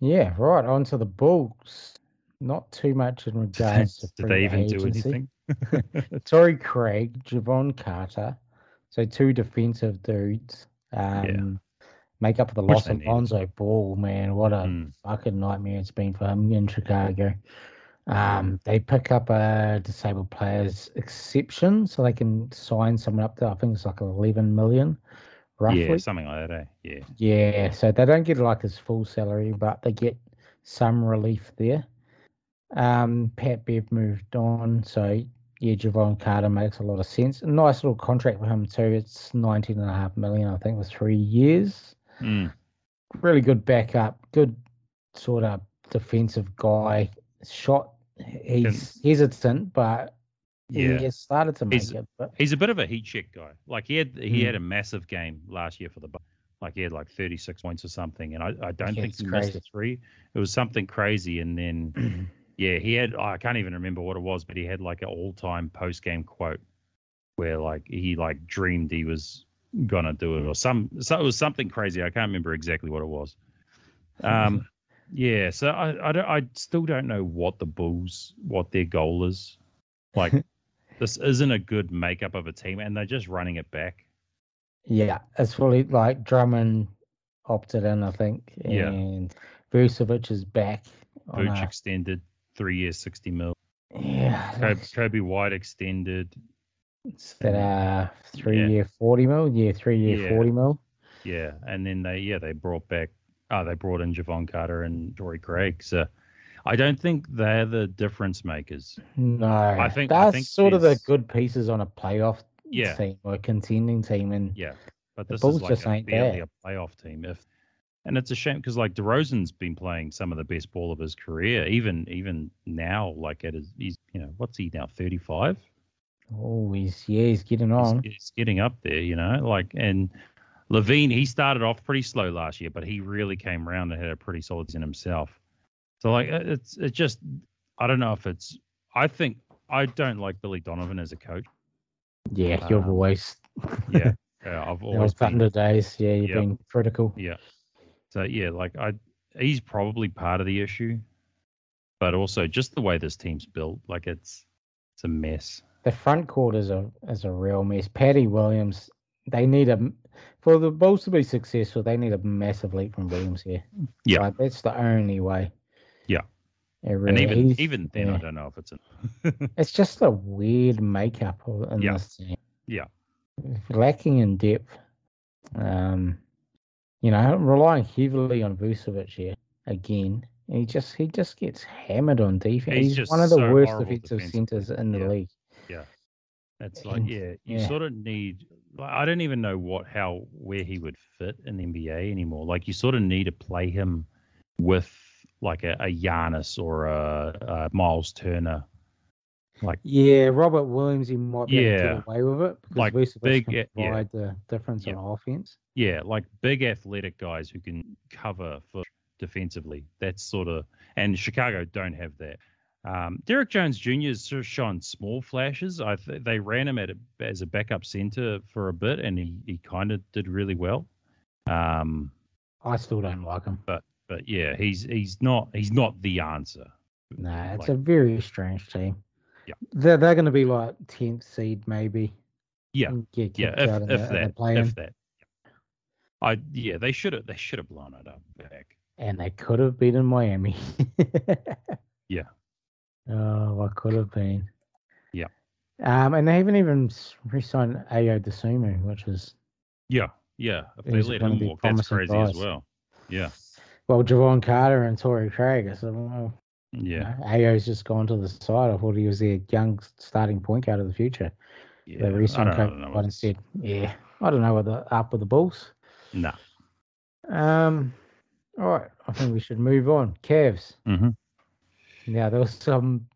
A: Yeah, right. On to the Bulls. Not too much in regards to
B: Did
A: free
B: they even do
A: agency.
B: anything?
A: Torrey Craig, Javon Carter. So two defensive dudes. Um, Make up for the
B: Which
A: loss
B: they
A: of
B: needed.
A: Lonzo Ball, man. What a
B: Mm.
A: fucking nightmare it's been for him in Chicago. Um, they pick up a disabled players exception so they can sign someone up to, I think it's like 11 million roughly.
B: Yeah, something like that. Eh? Yeah,
A: Yeah, so they don't get like his full salary, but they get some relief there. Um, Pat Bev moved on, so yeah, Javon Carter makes a lot of sense. A nice little contract for him too. It's nineteen and a half million, I think, for three years.
B: Mm.
A: Really good backup, good sort of defensive guy. Shot, he's hesitant, but
B: yeah.
A: he has started to make
B: He's-
A: it. But
B: He's a bit of a heat check guy. Like he had he
A: Mm.
B: had a massive game last year for the Bucks. Like he had like 36 points or something, and I, I don't
A: Yeah,
B: think
A: it's
B: he missed
A: crazy.
B: a three. It was something crazy, and then yeah, he had I can't even remember what it was, but he had like an all time post game quote where like he like dreamed he was gonna do it or some so it was something crazy. I can't remember exactly what it was. Um, yeah, so I, I, don't, I still don't know what the Bulls, what their goal is. Like, this isn't a good makeup of a team, and they're just running it back.
A: Yeah, it's fully like Drummond opted in, I think.
B: Yeah.
A: And Vucevic is back. on
B: Booch
A: a-
B: extended three years, sixty mil.
A: yeah.
B: Kobe,
A: that's-
B: Kobe White extended.
A: It's that uh three
B: Yeah.
A: year forty mil, yeah, three year
B: Yeah.
A: forty mil.
B: Yeah, and then they yeah they brought back oh they brought in Javon Carter and Tory Craig. So I don't think they're the difference makers.
A: No, I
B: think- I
A: that's
B: think
A: sort of the
B: there's-
A: good pieces on a playoff
B: Yeah.
A: team or a contending team, and
B: Yeah, but
A: The
B: this
A: Bulls
B: is like
A: just
B: a,
A: ain't
B: barely
A: there.
B: a playoff team. If and it's a shame because like DeRozan's been playing some of the best ball of his career, even even now. Like at his, he's you know what's he now thirty five?
A: oh, he's yeah, he's getting on.
B: He's, he's getting up there, you know. Like and Levine, he started off pretty slow last year, but he really came around and had a pretty solid season himself. So like it- it's it's just I don't know if it's I think I don't like Billy Donovan as a coach.
A: Yeah, you've
B: Um,
A: always
B: Yeah, yeah Uh, I've
A: those
B: always been
A: thunder days. Yeah, you've
B: Yep.
A: been critical.
B: Yeah. So yeah, like I, he's probably part of the issue, but also just the way this team's built, like it's it's a mess.
A: The front court is a is a real mess. Patty Williams, they need a for the Bulls to be successful, they need a massive leap from Williams here.
B: Yeah.
A: Like, that's the only way.
B: Yeah.
A: It really-
B: and even
A: he's-
B: even then,
A: yeah.
B: I don't know if it's a,
A: it's just a weird makeup of- in
B: Yeah.
A: this team.
B: Yeah.
A: lacking in depth. Um, you know, relying heavily on Vucevic here again. And he just he just gets hammered on defense.
B: He's
A: He's,
B: just
A: one of the
B: so
A: worst
B: horrible
A: defensive
B: defensively.
A: centers in the
B: Yeah.
A: league.
B: it's like
A: And-
B: yeah, you
A: yeah.
B: sort of need. Like, I don't even know what how where he would fit in the NBA anymore. Like you sort of need to play him with like a, a Giannis or a, a Miles Turner
A: Yeah, Robert Williams, he might be able to
B: Yeah.
A: get away with it because
B: Like,
A: Vucevic
B: big,
A: can
B: yeah, yeah.
A: provide the difference
B: Yeah.
A: on offense.
B: Yeah, like big athletic guys who can cover for defensively. That's sort of and Chicago don't have that. Um, Derek Jones Jr. has sort of shown small flashes. I th- they ran him at a, as a backup center for a bit, and he, he kind of did really well. Um,
A: I still don't like him.
B: but yeah, he's he's not he's not the answer.
A: Nah, it's a
B: Like-
A: very strange team.
B: Yeah.
A: They're, they're going to be like 10th seed, maybe.
B: Yeah.
A: and Get
B: Yeah,
A: kicked
B: if,
A: out in
B: if
A: the, in the
B: that
A: play-in.
B: if that. I yeah, they should have they should have blown it up back.
A: And they could have beaten Miami.
B: Yeah.
A: Oh, what could have been.
B: Yeah.
A: Um, and they haven't even s- re-signed Ayo Dosunmu, which is
B: Yeah, yeah. If they
A: He's
B: let
A: one of
B: him
A: the
B: walk, that's
A: promising
B: crazy as
A: guys.
B: well. Yeah,
A: well, Javon Carter and Torrey Craig. I said, well,
B: yeah.
A: yeah. Ayo's just gone to the side. I thought he was their young starting point guard of the future.
B: Yeah,
A: they re-signed
B: I don't, I
A: Kobe
B: don't know.
A: White instead. Yeah, I don't know what the up with the Bulls.
B: Nah.
A: Um, all right, I think we should move on. Cavs.
B: Mhm.
A: Now there was some,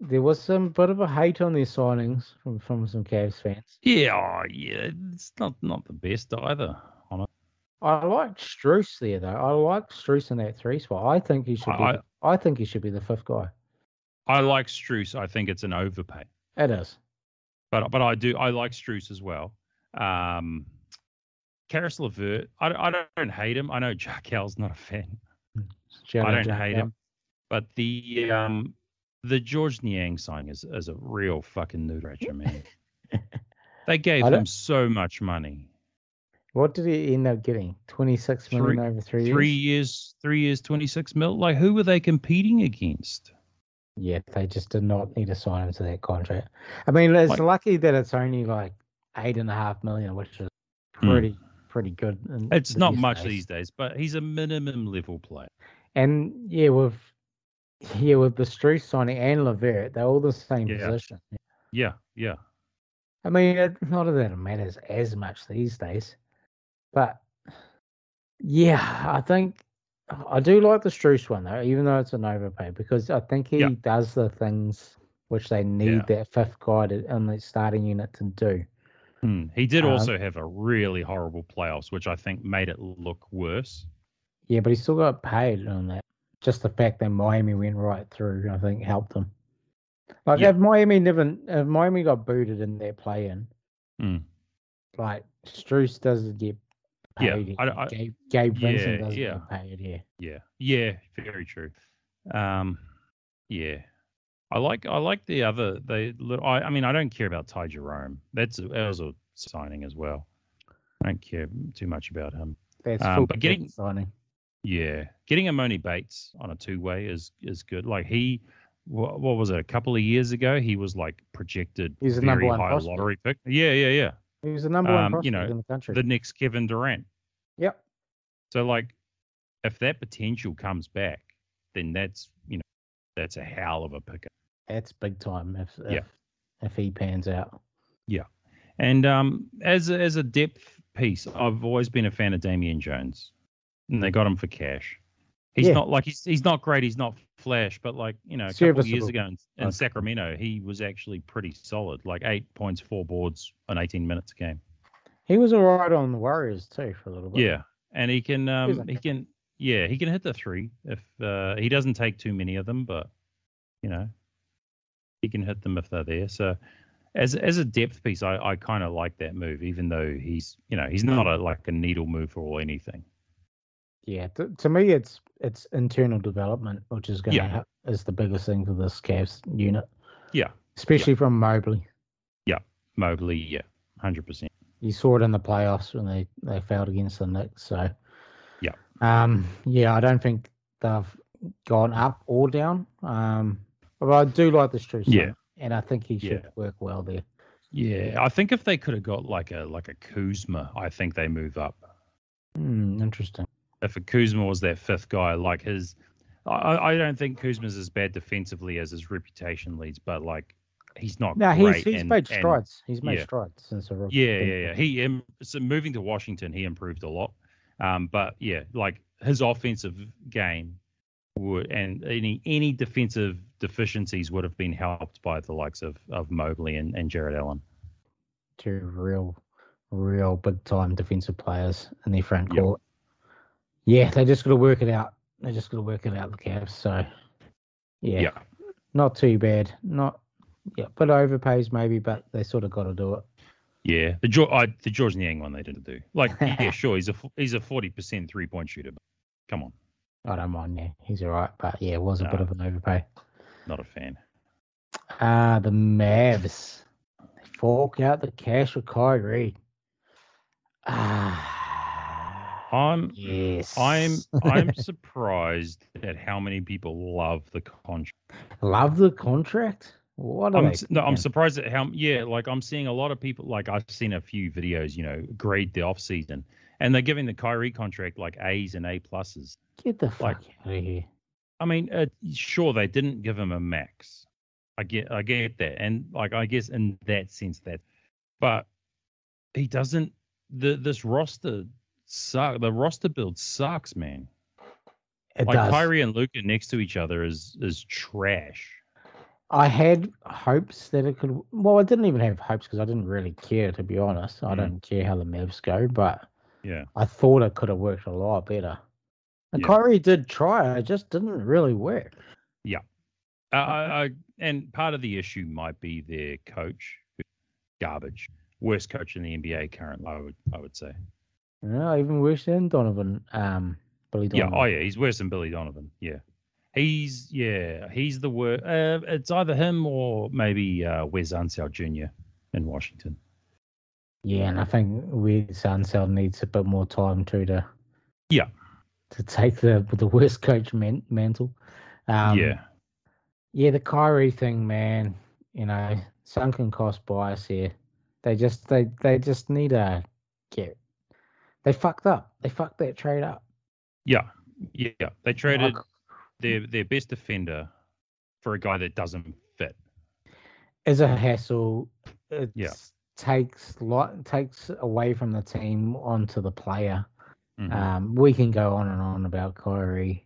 A: there was some bit of a hate on their signings from from some Cavs fans.
B: Yeah, oh, yeah. It's not not the best either. On it.
A: I like Struess there though. I like Struess in that three spot. I think he should be.
B: I-
A: the- I think he should be the fifth guy.
B: I like Struess. I think it's an overpay,
A: It is.
B: but but I do I like Struess as well. Um, Karis Levert, I, don't- I don't hate him. I know Jarkel's not a fan.
A: Shout
B: I
A: out
B: don't
A: Jack
B: hate
A: Out.
B: him, but the um the George Niang signing is is a real fucking nude ratchet, man. they gave
A: I don't-
B: him so much money.
A: What did he end up getting? Twenty six million
B: Three-
A: over three years.
B: Three years, three years, twenty six mil. Like who were they competing against?
A: Yeah, they just did not need to sign him to that contract. I mean, it's
B: Like-
A: lucky that it's only like eight and a half million, which is
B: Hmm.
A: pretty pretty good. in
B: It's
A: the
B: not
A: these
B: much
A: days.
B: these days, but he's a minimum level player.
A: And yeah, with yeah with the Street signing and Levert, they're all the same
B: Yeah.
A: position.
B: Yeah, yeah,
A: I mean, it, not that it matters as much these days, but yeah, I think I do like the Struce one though, even though it's an overpay because I think he
B: Yeah.
A: does the things which they need that fifth guy to, on the starting unit to do.
B: Hmm. He did
A: Um,
B: also have a really horrible playoffs, which I think made it look worse.
A: Yeah, but he still got paid on that. Just the fact that Miami went right through, I think, helped him. Like
B: Yeah.
A: if Miami never, if Miami got booted in their play-in,
B: Mm.
A: like Struce doesn't get
B: Yeah,
A: paid.
B: I-
A: here.
B: I-
A: Gabe, Gabe Vincent
B: yeah,
A: doesn't
B: yeah.
A: get paid here.
B: Yeah, yeah, very true. Um, yeah, I like I like the other. They, I, I mean, I don't care about Ty Jerome. That's that was a signing as well. I don't care too much about him.
A: That's
B: Um,
A: full
B: but
A: but
B: getting-
A: signing.
B: Yeah, getting Amoni Bates on a two way is is good. Like he what, what was it? A couple of years ago, he was like projected
A: He's the number
B: very
A: one
B: high
A: prospect.
B: lottery pick. Yeah, yeah, yeah.
A: He was the number one
B: Um,
A: prospect
B: you know,
A: in the country.
B: The next Kevin Durant.
A: Yep.
B: So like, if that potential comes back, then that's you know that's a hell of a pickup.
A: That's big time if if,
B: Yeah.
A: if he pans out.
B: And um, as a, as a depth piece, I've always been a fan of Damian Jones, and they got him for cash. He's
A: Yeah.
B: not like he's he's not great. He's not flash, but like you know, a couple of years
A: Serviceable.
B: ago in, in
A: Okay.
B: Sacramento, he was actually pretty solid. Like eight points, four boards, an eighteen minutes a game.
A: He was all right on the Warriors too for a little bit.
B: Yeah, and he can
A: He's
B: um
A: okay.
B: he can yeah he can hit the three if uh, he doesn't take too many of them, but you know he can hit them if they're there. So as as a depth piece, I, I kind of like that move, even though he's you know he's not a, like a needle mover or anything.
A: Yeah. To, to me, it's it's internal development, which is going to
B: Yeah.
A: help is the biggest thing for this Cavs unit.
B: Yeah.
A: Especially from Mobley.
B: Mobley, yeah, hundred percent.
A: You saw it in the playoffs when they they failed against the Knicks. So.
B: Yeah.
A: Um. Yeah, I don't think they've gone up or down. Um. But I do like this true.
B: Yeah.
A: And I think he should work well there.
B: Yeah, I think if they could have got like a like a Kuzma, I think they move up.
A: Hmm. Interesting.
B: if a Kuzma was that fifth guy, like his, I, I don't think Kuzma's as bad defensively as his reputation leads, but like he's not.
A: No, he's
B: great
A: he's
B: and-
A: made
B: and-
A: strides. he's made
B: yeah.
A: strides since the rookie.
B: yeah, yeah, yeah. He um, so moving to Washington, he improved a lot. Um, but yeah, like his offensive game would and any any defensive deficiencies would have been helped by the likes of of Mobley and, and Jared Allen.
A: Two real, real big time defensive players in their front
B: Yep.
A: court. Yeah, they just got to work it out. They just got to work it out. The Cavs. So, yeah,
B: Yeah.
A: not too bad. Not yeah, but overpays maybe, but they sort of got to do it.
B: Yeah, the George, I, the George Niang one they didn't do. Like, yeah, sure, he's a f- he's a forty percent three point shooter. But come on,
A: I don't mind. Yeah, he's all right, but yeah, it was a bit
B: No.
A: of an overpay.
B: not a fan.
A: Ah, the Mavs fork out the cash for Kyrie. Ah,
B: I'm
A: yes.
B: I'm I'm surprised at how many people love the contract.
A: Love the contract? What are
B: I'm,
A: they
B: s- no, I'm
A: paying?
B: surprised at how yeah, like I'm seeing a lot of people like I've seen a few videos, you know, grade the off season, and they're giving the Kyrie contract like A's and A pluses.
A: Get the fuck
B: like-
A: out of here.
B: I mean, uh, sure they didn't give him a max. I get I get that, and like I guess in that sense that, but he doesn't. The this roster suck. The roster build sucks, man.
A: It
B: like
A: does.
B: Kyrie and Luca next to each other is is trash.
A: I had hopes that it could. Well, I didn't even have hopes because I didn't really care, to be honest. I
B: Mm.
A: don't care how the Mavs go, but
B: Yeah.
A: I thought it could have worked a lot better. And
B: Yeah.
A: Kyrie did try, it just didn't really work.
B: Uh, I, I, and part of the issue might be their coach, garbage, worst coach in the NBA currently. I would I would say.
A: You know, even worse than Donovan, um, Billy
B: Yeah.
A: Donovan.
B: Oh yeah, he's worse than Billy Donovan. Yeah. He's yeah, he's the worst. Uh, it's either him or maybe uh, Wes Unseld Jr. in Washington.
A: Yeah, and I think Weird Sunsell needs a bit more time too to
B: Yeah.
A: to take the the worst coach man, mantle. Um,
B: yeah.
A: yeah, the Kyrie thing, man. You know, sunken cost bias here. They just they they just need to get. They fucked up. They fucked that trade up.
B: Yeah. Yeah. They traded
A: Like,
B: their their best defender for a guy that doesn't fit.
A: it's a hassle. It
B: Yeah.
A: takes lot takes away from the team onto the player.
B: Mhm.
A: Um, we can go on and on about Kyrie.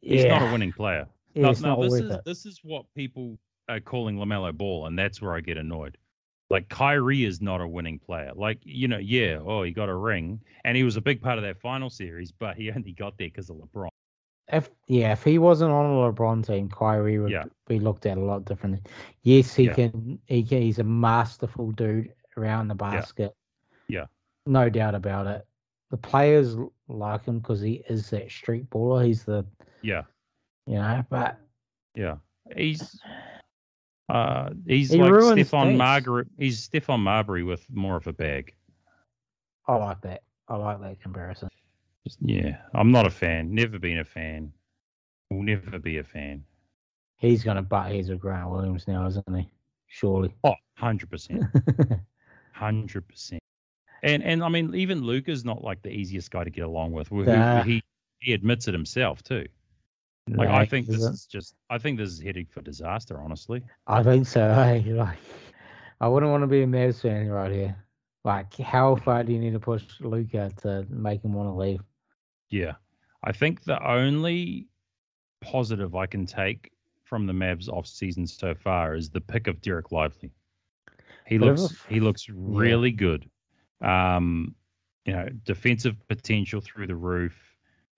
B: He's
A: yeah.
B: not a winning player.
A: Yeah, it's not
B: this
A: worth
B: is
A: it.
B: this is what people are calling Lamelo Ball, and that's where I get annoyed. Like Kyrie is not a winning player. Like you know, yeah, oh, he got a ring, and he was a big part of that final series, but he only got there because of LeBron.
A: If yeah, if he wasn't on a LeBron team, Kyrie would
B: Yeah.
A: be looked at a lot differently. Yes, he
B: Yeah.
A: can. He can, he's a masterful dude around the basket.
B: Yeah.
A: no doubt about it. The players l- like him because he is that street baller. He's the
B: Yeah,
A: you know, but
B: yeah, he's uh, he's
A: He
B: like
A: ruins
B: Stefan
A: things.
B: Margaret. He's Stefan Marbury with more of a bag.
A: I like that. I like that comparison.
B: Just- yeah, I'm not a fan. Never been a fan. Will never be a fan.
A: He's going to butt heads with Grant Williams now, isn't he? Surely.
B: Oh, 100%. 100%. And, and I mean, even Luca's not like the easiest guy to get along with. Who- who-
A: Nah.
B: He, he admits it himself, too. Like, I think this is just, I think this is headed for disaster, honestly.
A: I think so. Hey, like, I wouldn't want to be a Mavs fan right here. Like, how far do you need to push Luca to make him want to leave?
B: Yeah. I think the only positive I can take from the Mavs off season so far is the pick of Derek Lively. He
A: But if
B: looks
A: it-
B: he looks really good. Um, you know, defensive potential through the roof.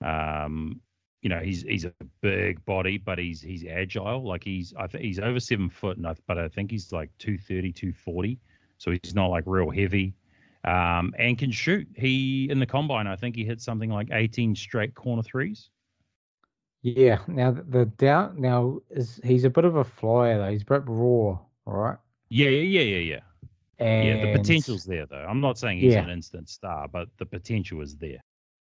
B: Um, you know, he's he's a big body, but he's he's agile. Like he's I think he's over seven foot, and I, but I think he's like 230, 240. So he's not like real heavy um, and can shoot. He in the combine, I think he hit something like 18 straight corner threes.
A: Yeah. Now th- the doubt now is he's a bit of a flyer though. He's a bit raw, right?
B: Yeah, yeah, yeah, yeah, yeah.
A: And
B: Yeah, the potential's there though. I'm not saying he's
A: Yeah.
B: an instant star, but the potential is there.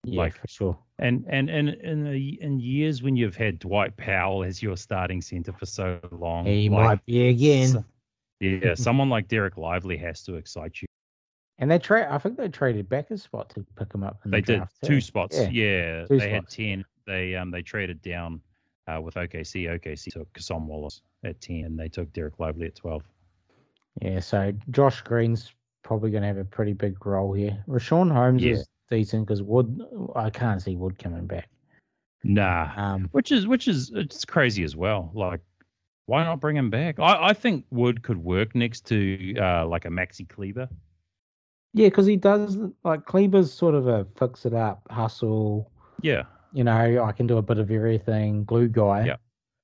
A: yeah,
B: like-
A: for sure.
B: And and and in the, in years when you've had Dwight Powell as your starting center for so long,
A: He
B: like,
A: might be again.
B: so- yeah, someone like Derek Lively has to excite you.
A: and they trade. I think they traded back a spot to pick him up. In
B: They
A: the
B: did
A: draft
B: two
A: too.
B: spots.
A: Yeah,
B: Yeah,
A: two
B: they had
A: spots.
B: ten. They um they traded down uh, with OKC. OKC took Kasom Wallace at ten. and They took Derek Lively at twelve.
A: Yeah. So Josh Green's probably going to have a pretty big role here. Rashawn Holmes
B: Yeah.
A: is decent because Wood. I can't see Wood coming back.
B: Nah,
A: Um.
B: which is which is it's crazy as well. Like, why not bring him back? I, I think Wood could work next to uh, like a Maxi Kleber.
A: Yeah, because he does like Kleber's sort of a fix it up hustle.
B: Yeah,
A: You know, I can do a bit of everything. Glue guy.
B: Yeah.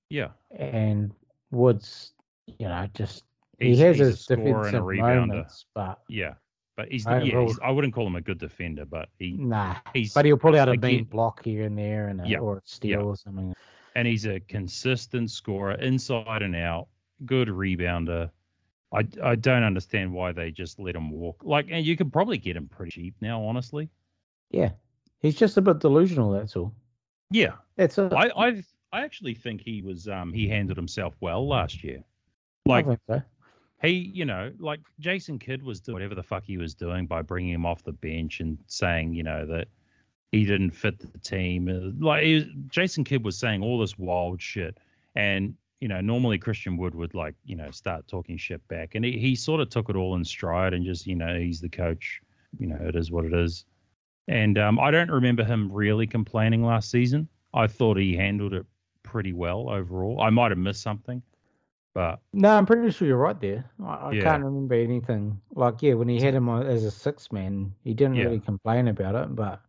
B: yeah.
A: and Woods, you know, just
B: He's-
A: he has
B: he's a
A: his
B: scorer and a
A: defensive
B: rebounder.
A: moments, but
B: Yeah, but he's,
A: I
B: I,
A: roll-
B: yeah, he's I wouldn't call him a good defender, but he
A: nah.
B: he's
A: But he'll pull out a
B: again-
A: mean block here and there, and a,
B: Yeah,
A: or a steal
B: yeah.
A: or something.
B: and he's a consistent scorer inside and out, good rebounder. I, I don't understand why they just let him walk. Like, and you could probably get him pretty cheap now, honestly.
A: Yeah, he's just a bit delusional. That's all.
B: Yeah,
A: That's it.
B: I I I actually think he was um he handled himself well last year.
A: I
B: Like
A: think so.
B: he, you know, like Jason Kidd was doing whatever the fuck he was doing by bringing him off the bench and saying, you know, that he didn't fit the team. Uh, Like he was, Jason Kidd was saying all this wild shit, and you know, normally Christian Wood would like, you know, start talking shit back, and he he sort of took it all in stride and just, you know, he's the coach, you know, it is what it is. And um, I don't remember him really complaining last season. I thought he handled it pretty well overall. I might have missed something, but
A: No, I'm pretty sure you're right there. I, I
B: Yeah.
A: can't remember anything. Like, yeah, when he had him on as a six man, he didn't
B: Yeah.
A: really complain about it. But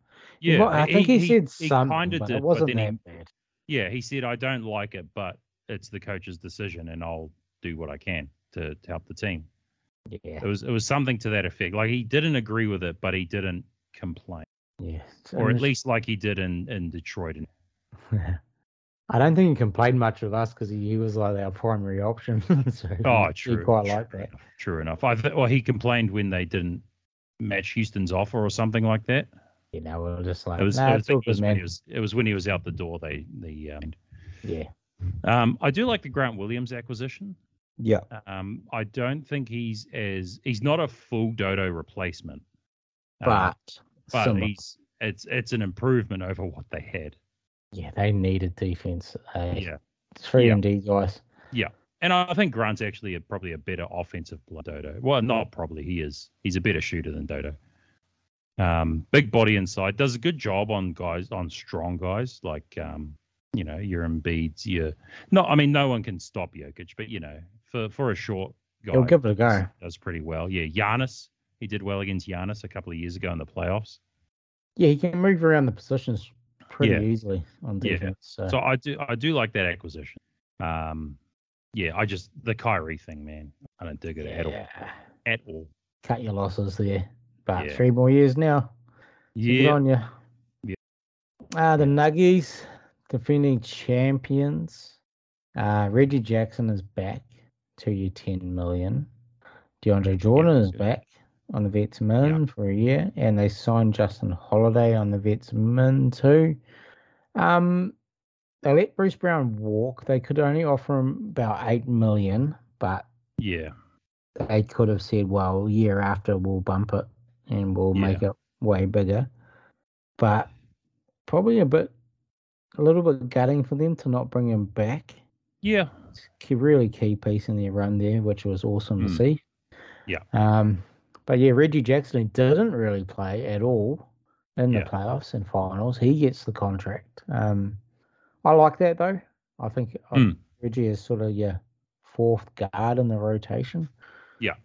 B: yeah,
A: Well, I think he, said something,
B: kinda
A: but
B: did,
A: it wasn't
B: then
A: that
B: he-
A: bad.
B: yeah, he said, I don't like it, but it's the coach's decision and I'll do what I can to, to help the team.
A: Yeah,
B: It was it was something to that effect. Like he didn't agree with it, but he didn't complain.
A: yeah.
B: Or
A: And
B: at
A: it's-
B: least like he did in, in Detroit. And
A: I don't think he complained much with us because he, he was like our primary option. so
B: oh,
A: he-
B: true.
A: He quite
B: true
A: liked that.
B: Enough, true enough. I th- well, he complained when they didn't match Houston's offer or something like that.
A: You know, we were just like,
B: It was,
A: nah,
B: it was,
A: it's all
B: it was
A: good,
B: when
A: man.
B: he was it was when he was out the door. They the um,
A: yeah.
B: um, I do like the Grant Williams acquisition.
A: Yeah.
B: Um, I don't think he's as he's not a full Dodo replacement,
A: But,
B: Uh, but
A: similar.
B: he's it's it's an improvement over what they had.
A: yeah, they needed defense. eh?
B: Yeah,
A: Three
B: Yeah.
A: and D guys.
B: and I I think Grant's actually a, probably a better offensive player than Dodo. Well,
A: Mm.
B: not probably he is. He's a better shooter than Dodo. Um, big body inside does a good job on guys on strong guys like um, you know your Embiid's your no. I mean, no one can stop Jokic, but you know for for a short guy,
A: He'll give it a go.
B: does- Does pretty well. Yeah, Giannis. He did well against Giannis a couple of years ago in the playoffs.
A: Yeah, he can move around the positions pretty
B: Yeah.
A: easily on
B: Yeah.
A: defense. So,
B: So I do I do like that acquisition. Um, yeah, I just the Kyrie thing, man. I don't dig it at all.
A: yeah,
B: At all.
A: cut your losses there. But
B: Yeah.
A: three more years now. Good
B: Yeah,
A: on you.
B: Yeah.
A: Uh, the Nuggies, defending champions. Uh, Reggie Jackson is back to you 10 million. DeAndre Jordan is
B: good.
A: back on the Vets Min for a year. And they signed Justin Holiday on the Vets Min too. Um, they let Bruce Brown walk. They could only offer him about eight million, but
B: Yeah.
A: they could have said, "Well, year after we'll bump it and we'll
B: Yeah.
A: make it way bigger." But probably a bit, a little bit gutting for them to not bring him back.
B: Yeah.
A: key, really key piece in their run there, which was awesome to
B: Mm.
A: see.
B: Yeah.
A: Um, but yeah, Reggie Jackson didn't really play at all in the
B: Yeah.
A: playoffs and finals. He gets the contract. Um, I like that though. I think uh,
B: Mm.
A: Reggie is sort of your fourth guard in the rotation.
B: Yeah.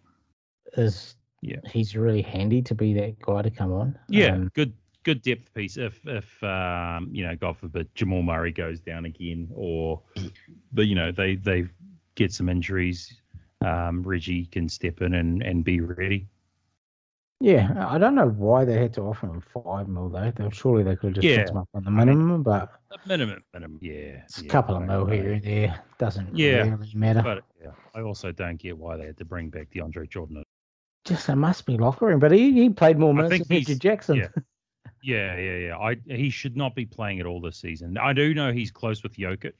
A: Is
B: Yeah.
A: he's really handy to be that guy to come on.
B: Yeah.
A: Um,
B: good good depth piece. If if um, you know, God forbid Jamal Murray goes down again or but you know, they they get some injuries, um, Reggie can step in and, and be ready.
A: yeah. I I don't know why they had to offer him five mil though. They- Surely they could have just picked
B: Yeah.
A: him up on the
B: mean,
A: minimum, but
B: A minimum minimum. Yeah.
A: It's a
B: yeah,
A: couple of
B: I
A: mil
B: know.
A: here and there. Doesn't
B: Yeah,
A: really matter.
B: But yeah, I also don't get why they had to bring back DeAndre Jordan.
A: Just there must be locker room. But he, he played more
B: I
A: minutes
B: think
A: than Reggie
B: he's-
A: Jackson.
B: yeah. Yeah, yeah, yeah. I he should not be playing at all this season. I do know he's close with Jokic,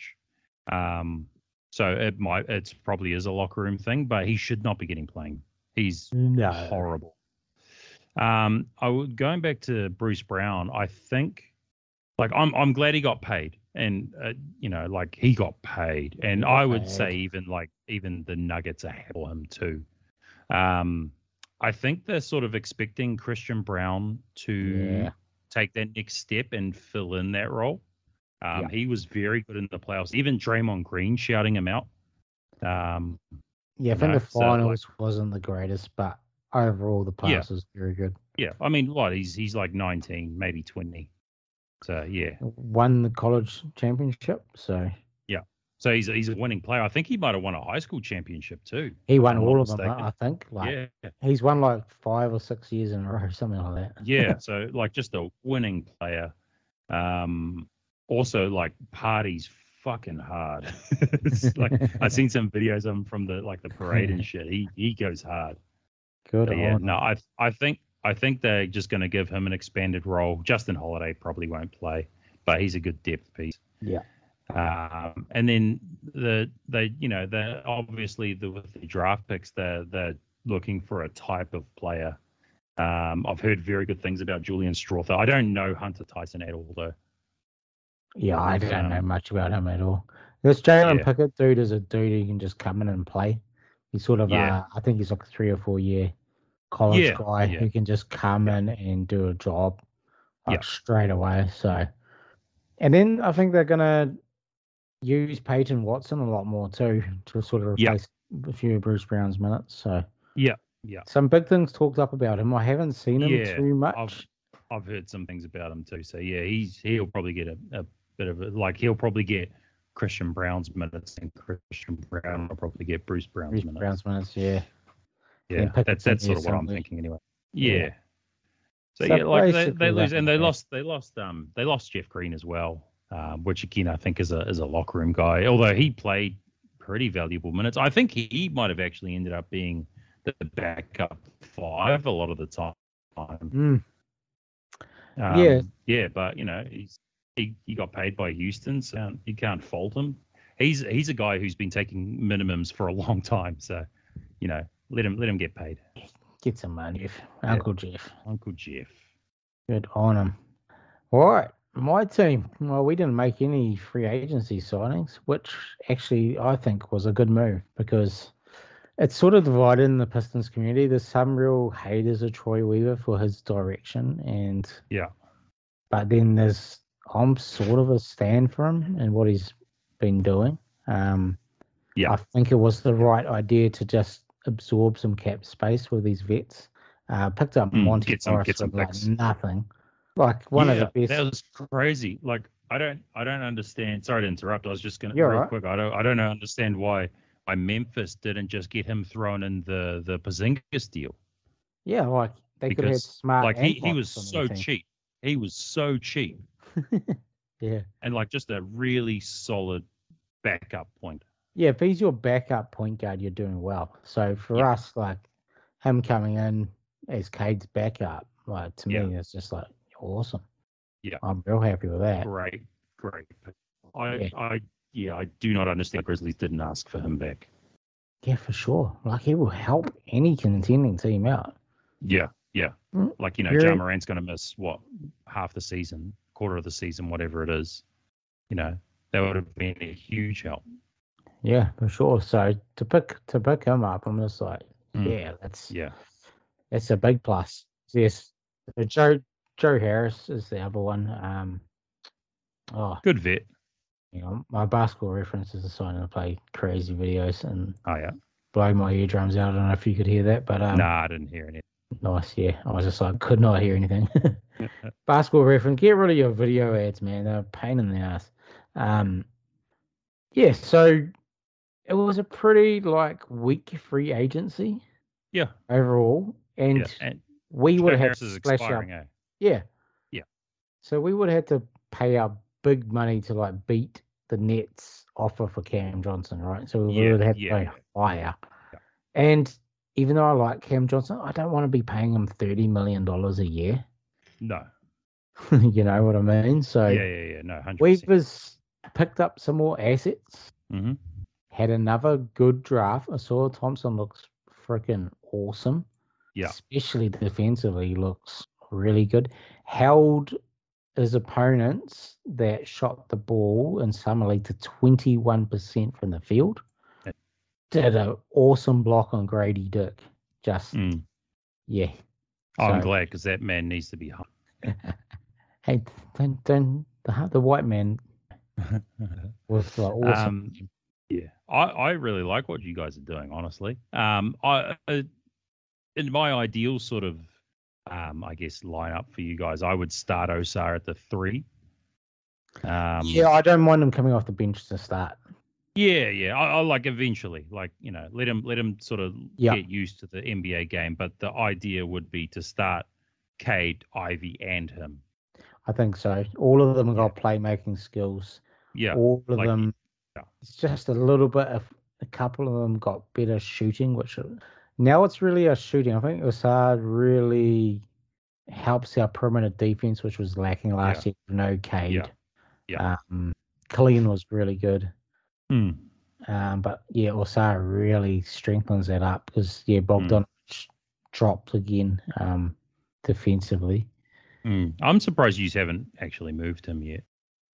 B: um, so it might it's probably is a locker room thing, but he should not be getting playing. He's
A: No.
B: horrible. Um, I would going back to Bruce Brown. I think, like, I'm I'm glad he got paid, and uh, you know, like he got paid, and
A: got
B: I would
A: paid.
B: say even like even the Nuggets are happy for him too. Um, I think they're sort of expecting Christian Brown to
A: Yeah.
B: take that next step and fill in that role. Um,
A: Yeah.
B: He was very good in the playoffs. Even Draymond Green shouting him out. Um,
A: Yeah, I think
B: No,
A: the
B: so, like-
A: finals wasn't the greatest, but overall the
B: Yeah.
A: pass was very good.
B: Yeah, I mean, what he's he's like nineteen, maybe twenty. So yeah,
A: Won the college championship, so
B: so he's he's a winning player. I think he might have won a high school championship too.
A: he won
B: I'm not
A: all of them,
B: mistaken.
A: I think. Like
B: yeah,
A: he's won like five or six years in a row, something like that.
B: yeah. so like just a winning player. Um, also like parties fucking hard. It's like I've seen some videos of him from the like the parade and shit. He he goes hard.
A: Good
B: But yeah,
A: on.
B: no, I I think I think they're just going to give him an expanded role. Justin Holiday probably won't play, but he's a good depth piece.
A: Yeah.
B: Um, and then the they you know they obviously the with the draft picks they're they're looking for a type of player. Um, I've heard very good things about Julian Strother. I don't know Hunter Tyson at all though.
A: Yeah, I don't know
B: Um,
A: much about him at all. This Jalen
B: yeah.
A: Pickett dude is a dude who can just come in and play. He's sort of,
B: Yeah.
A: uh, I think he's like a three or four year college
B: Yeah,
A: guy
B: yeah.
A: who can just come in and do a job like
B: Yeah.
A: straight away. So, and then I think they're gonna use Peyton Watson a lot more too to sort of
B: Yeah.
A: replace a few of Bruce Brown's minutes. So,
B: Yeah, yeah.
A: some big things talked up about him. I haven't seen him
B: Yeah,
A: too much.
B: I've heard some things about him too. So yeah, he's he'll probably get a, a bit of a, like he'll probably get Christian Brown's minutes, and Christian Brown will probably get Bruce Brown's
A: Bruce
B: minutes.
A: Brown's minutes, yeah.
B: yeah,
A: pick
B: that's
A: up somebody
B: that's sort of what I'm
A: somewhere.
B: thinking anyway.
A: Yeah.
B: Yeah. So,
A: So
B: yeah, like they,
A: basically
B: they lose, and
A: that-
B: they lost they lost um they lost Jeff Green as well, um, which again I think is a is a locker room guy. Although he played pretty valuable minutes, I think he, he might have actually ended up being the backup five a lot of the time.
A: Mm.
B: Um,
A: Yeah.
B: yeah, but you know, he's he, he got paid by Houston, so you can't fault him. He's he's a guy who's been taking minimums for a long time, so you know, let him let him get paid.
A: Get some money, Jeff.
B: Yeah.
A: Uncle Jeff.
B: Uncle Jeff.
A: Good on him. All right, my team. Well, we didn't make any free agency signings, which actually I think was a good move because it's sort of divided in the Pistons community. There's some real haters of Troy Weaver for his direction, and
B: Yeah.
A: but then there's I'm sort of a stand for him and what he's been doing. Um,
B: Yeah.
A: I think it was the right idea to just absorb some cap space with these vets. Uh, picked up
B: Mm,
A: Monty
B: get some-
A: Morris
B: get some
A: for, like
B: picks.
A: nothing. Like one
B: Yeah,
A: of the best.
B: That was crazy. Like I don't I don't understand. Sorry to interrupt. I was just gonna
A: You're
B: real
A: alright.
B: quick. I don't I don't know- understand why why Memphis didn't just get him thrown in the the Porzingis deal.
A: yeah, like they could have had
B: because,
A: smart.
B: Like
A: and
B: he, he
A: Watts
B: was
A: on
B: so
A: their team.
B: cheap. He was so cheap
A: Yeah,
B: and like just a really solid backup point.
A: yeah. If he's your backup point guard, you're doing well. So for
B: Yeah.
A: us, like him coming in as Cade's backup, like to
B: Yeah.
A: me, it's just like awesome.
B: Yeah.
A: I'm real happy with that.
B: Great, great. pick. I,
A: Yeah.
B: I, yeah, I do not understand. Grizzlies didn't ask for him back.
A: Yeah, for sure. Like he will help any contending team out.
B: Yeah, yeah.
A: Mm,
B: Like you know,
A: very-
B: John Morant's going to miss what half the season, quarter of the season, whatever it is. You know, that would have been a huge help.
A: Yeah, for sure. So to pick to pick him up, I'm just like,
B: Mm.
A: yeah, that's
B: Yeah,
A: that's a big plus. Yes, So Joe Joe Harris is the other one. Um, oh,
B: good vet.
A: you know, my basketball references are starting to play crazy videos and
B: Oh yeah.
A: blow my eardrums out. I don't know if you could hear that, but um,
B: nah, I didn't hear any.
A: Nice, yeah. I was just like, could not hear anything. Basketball reference, get rid of your video ads, man. They're a pain in the ass. Um, yeah, so it was a pretty like weak free agency
B: Yeah,
A: overall, and
B: yeah. And
A: we would
B: Joe
A: have had
B: Harris
A: to
B: is
A: splash up.
B: expiring. Eh?
A: Yeah,
B: Yeah.
A: So we would have had to pay up big money to like beat the Nets offer for Cam Johnson, right? So we
B: Yeah,
A: would have to
B: yeah,
A: go
B: yeah.
A: higher.
B: Yeah.
A: And even though I like Cam Johnson, I don't want to be paying him thirty million dollars a year.
B: No.
A: you know what I mean? So
B: Yeah, yeah, yeah. No, hundred percent.
A: Weaver's picked up some more assets.
B: Mhm.
A: Had another good draft. Asura Thompson looks freaking awesome.
B: Yeah.
A: Especially defensively, looks really good. Held his opponents that shot the ball in summer league to 21% from the field.
B: Yeah.
A: Did an awesome block on Grady Dick. Just,
B: Mm. Oh,
A: yeah.
B: I'm
A: So-
B: glad because that man needs to be hung.
A: Hey, don't, don't, the, the white man was like awesome.
B: Um, yeah, I, I really like what you guys are doing, honestly. Um, I, I in my ideal sort of, um, I guess lineup for you guys, I would start Osar at the three. Um,
A: yeah, I don't mind him coming off the bench to start.
B: yeah, yeah. I, I like eventually, like you know, let him let him sort of
A: Yeah.
B: get used to the NBA game. But the idea would be to start Cade, Ivy, and him.
A: I think so. All of them got playmaking skills.
B: Yeah,
A: All of
B: like-
A: them.
B: yeah.
A: It's just a little bit of a couple of them got better shooting, which now it's really a shooting. I think Osard really helps our perimeter defense, which was lacking last year. No Cade.
B: Yeah. Yeah.
A: Um, Killian was really good.
B: Hmm.
A: Um, but yeah, Osara really strengthens that up because yeah, Bogdan
B: Mm.
A: dropped again um, defensively.
B: Mm. I'm surprised you haven't actually moved him yet.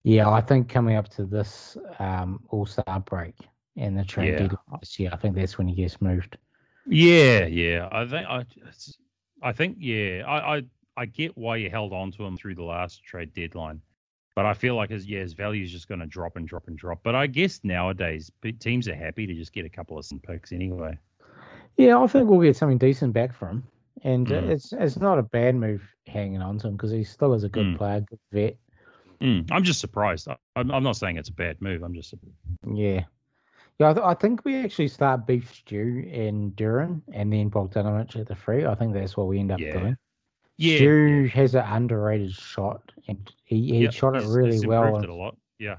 A: Yeah, I think coming up to this um, All Star break and the trade
B: Yeah.
A: deadline this year, I think that's when he gets moved.
B: Yeah, yeah. I think I, it's- I think yeah. I, I I get why you held on to him through the last trade deadline, but I feel like his yeah his value is just going to drop and drop and drop. But I guess nowadays pe- teams are happy to just get a couple of some picks anyway.
A: Yeah, I think we'll get something decent back from him, and uh,
B: Mm.
A: it's it's not a bad move hanging on to him because he still is a good
B: Mm.
A: player, good vet.
B: Mm, I'm just surprised. I, I'm I'm not saying it's a bad move. I'm just
A: Yeah, yeah, I, th- I think we actually start Beef Stew and Duran, and then Bogdanovich at the free. I think that's what we end up
B: Yeah.
A: doing.
B: yeah.
A: Stew has an underrated shot, and he, he
B: yeah,
A: shot it
B: he's-
A: really
B: he's
A: well.
B: improved
A: and
B: It a lot. Yeah.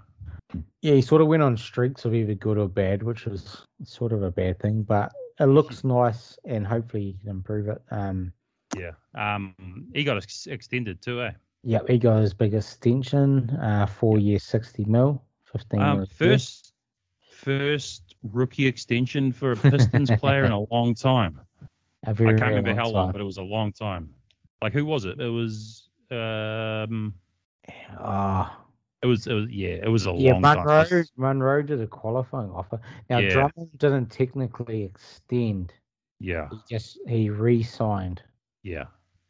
A: Yeah, he sort of went on streaks of either good or bad, which was sort of a bad thing, but it looks
B: Mm-hmm.
A: nice and hopefully he can improve it. Um,
B: Yeah. Um. He got ex- extended too. Eh.
A: yeah, he got his big extension, uh, four year, 60 mil, 15 mil.
B: Um,
A: a year.
B: first, first rookie extension for a Pistons player in a long time.
A: a very,
B: I can't remember
A: long
B: how long,
A: time.
B: but it was a long time. Like who was it? It was um,
A: Ah,
B: it was it was yeah, it was a
A: yeah,
B: long
A: Munro,
B: time.
A: Munro did a qualifying offer. Now,
B: Yeah.
A: Drummond didn't technically extend,
B: Yeah,
A: he just he re signed.
B: yeah,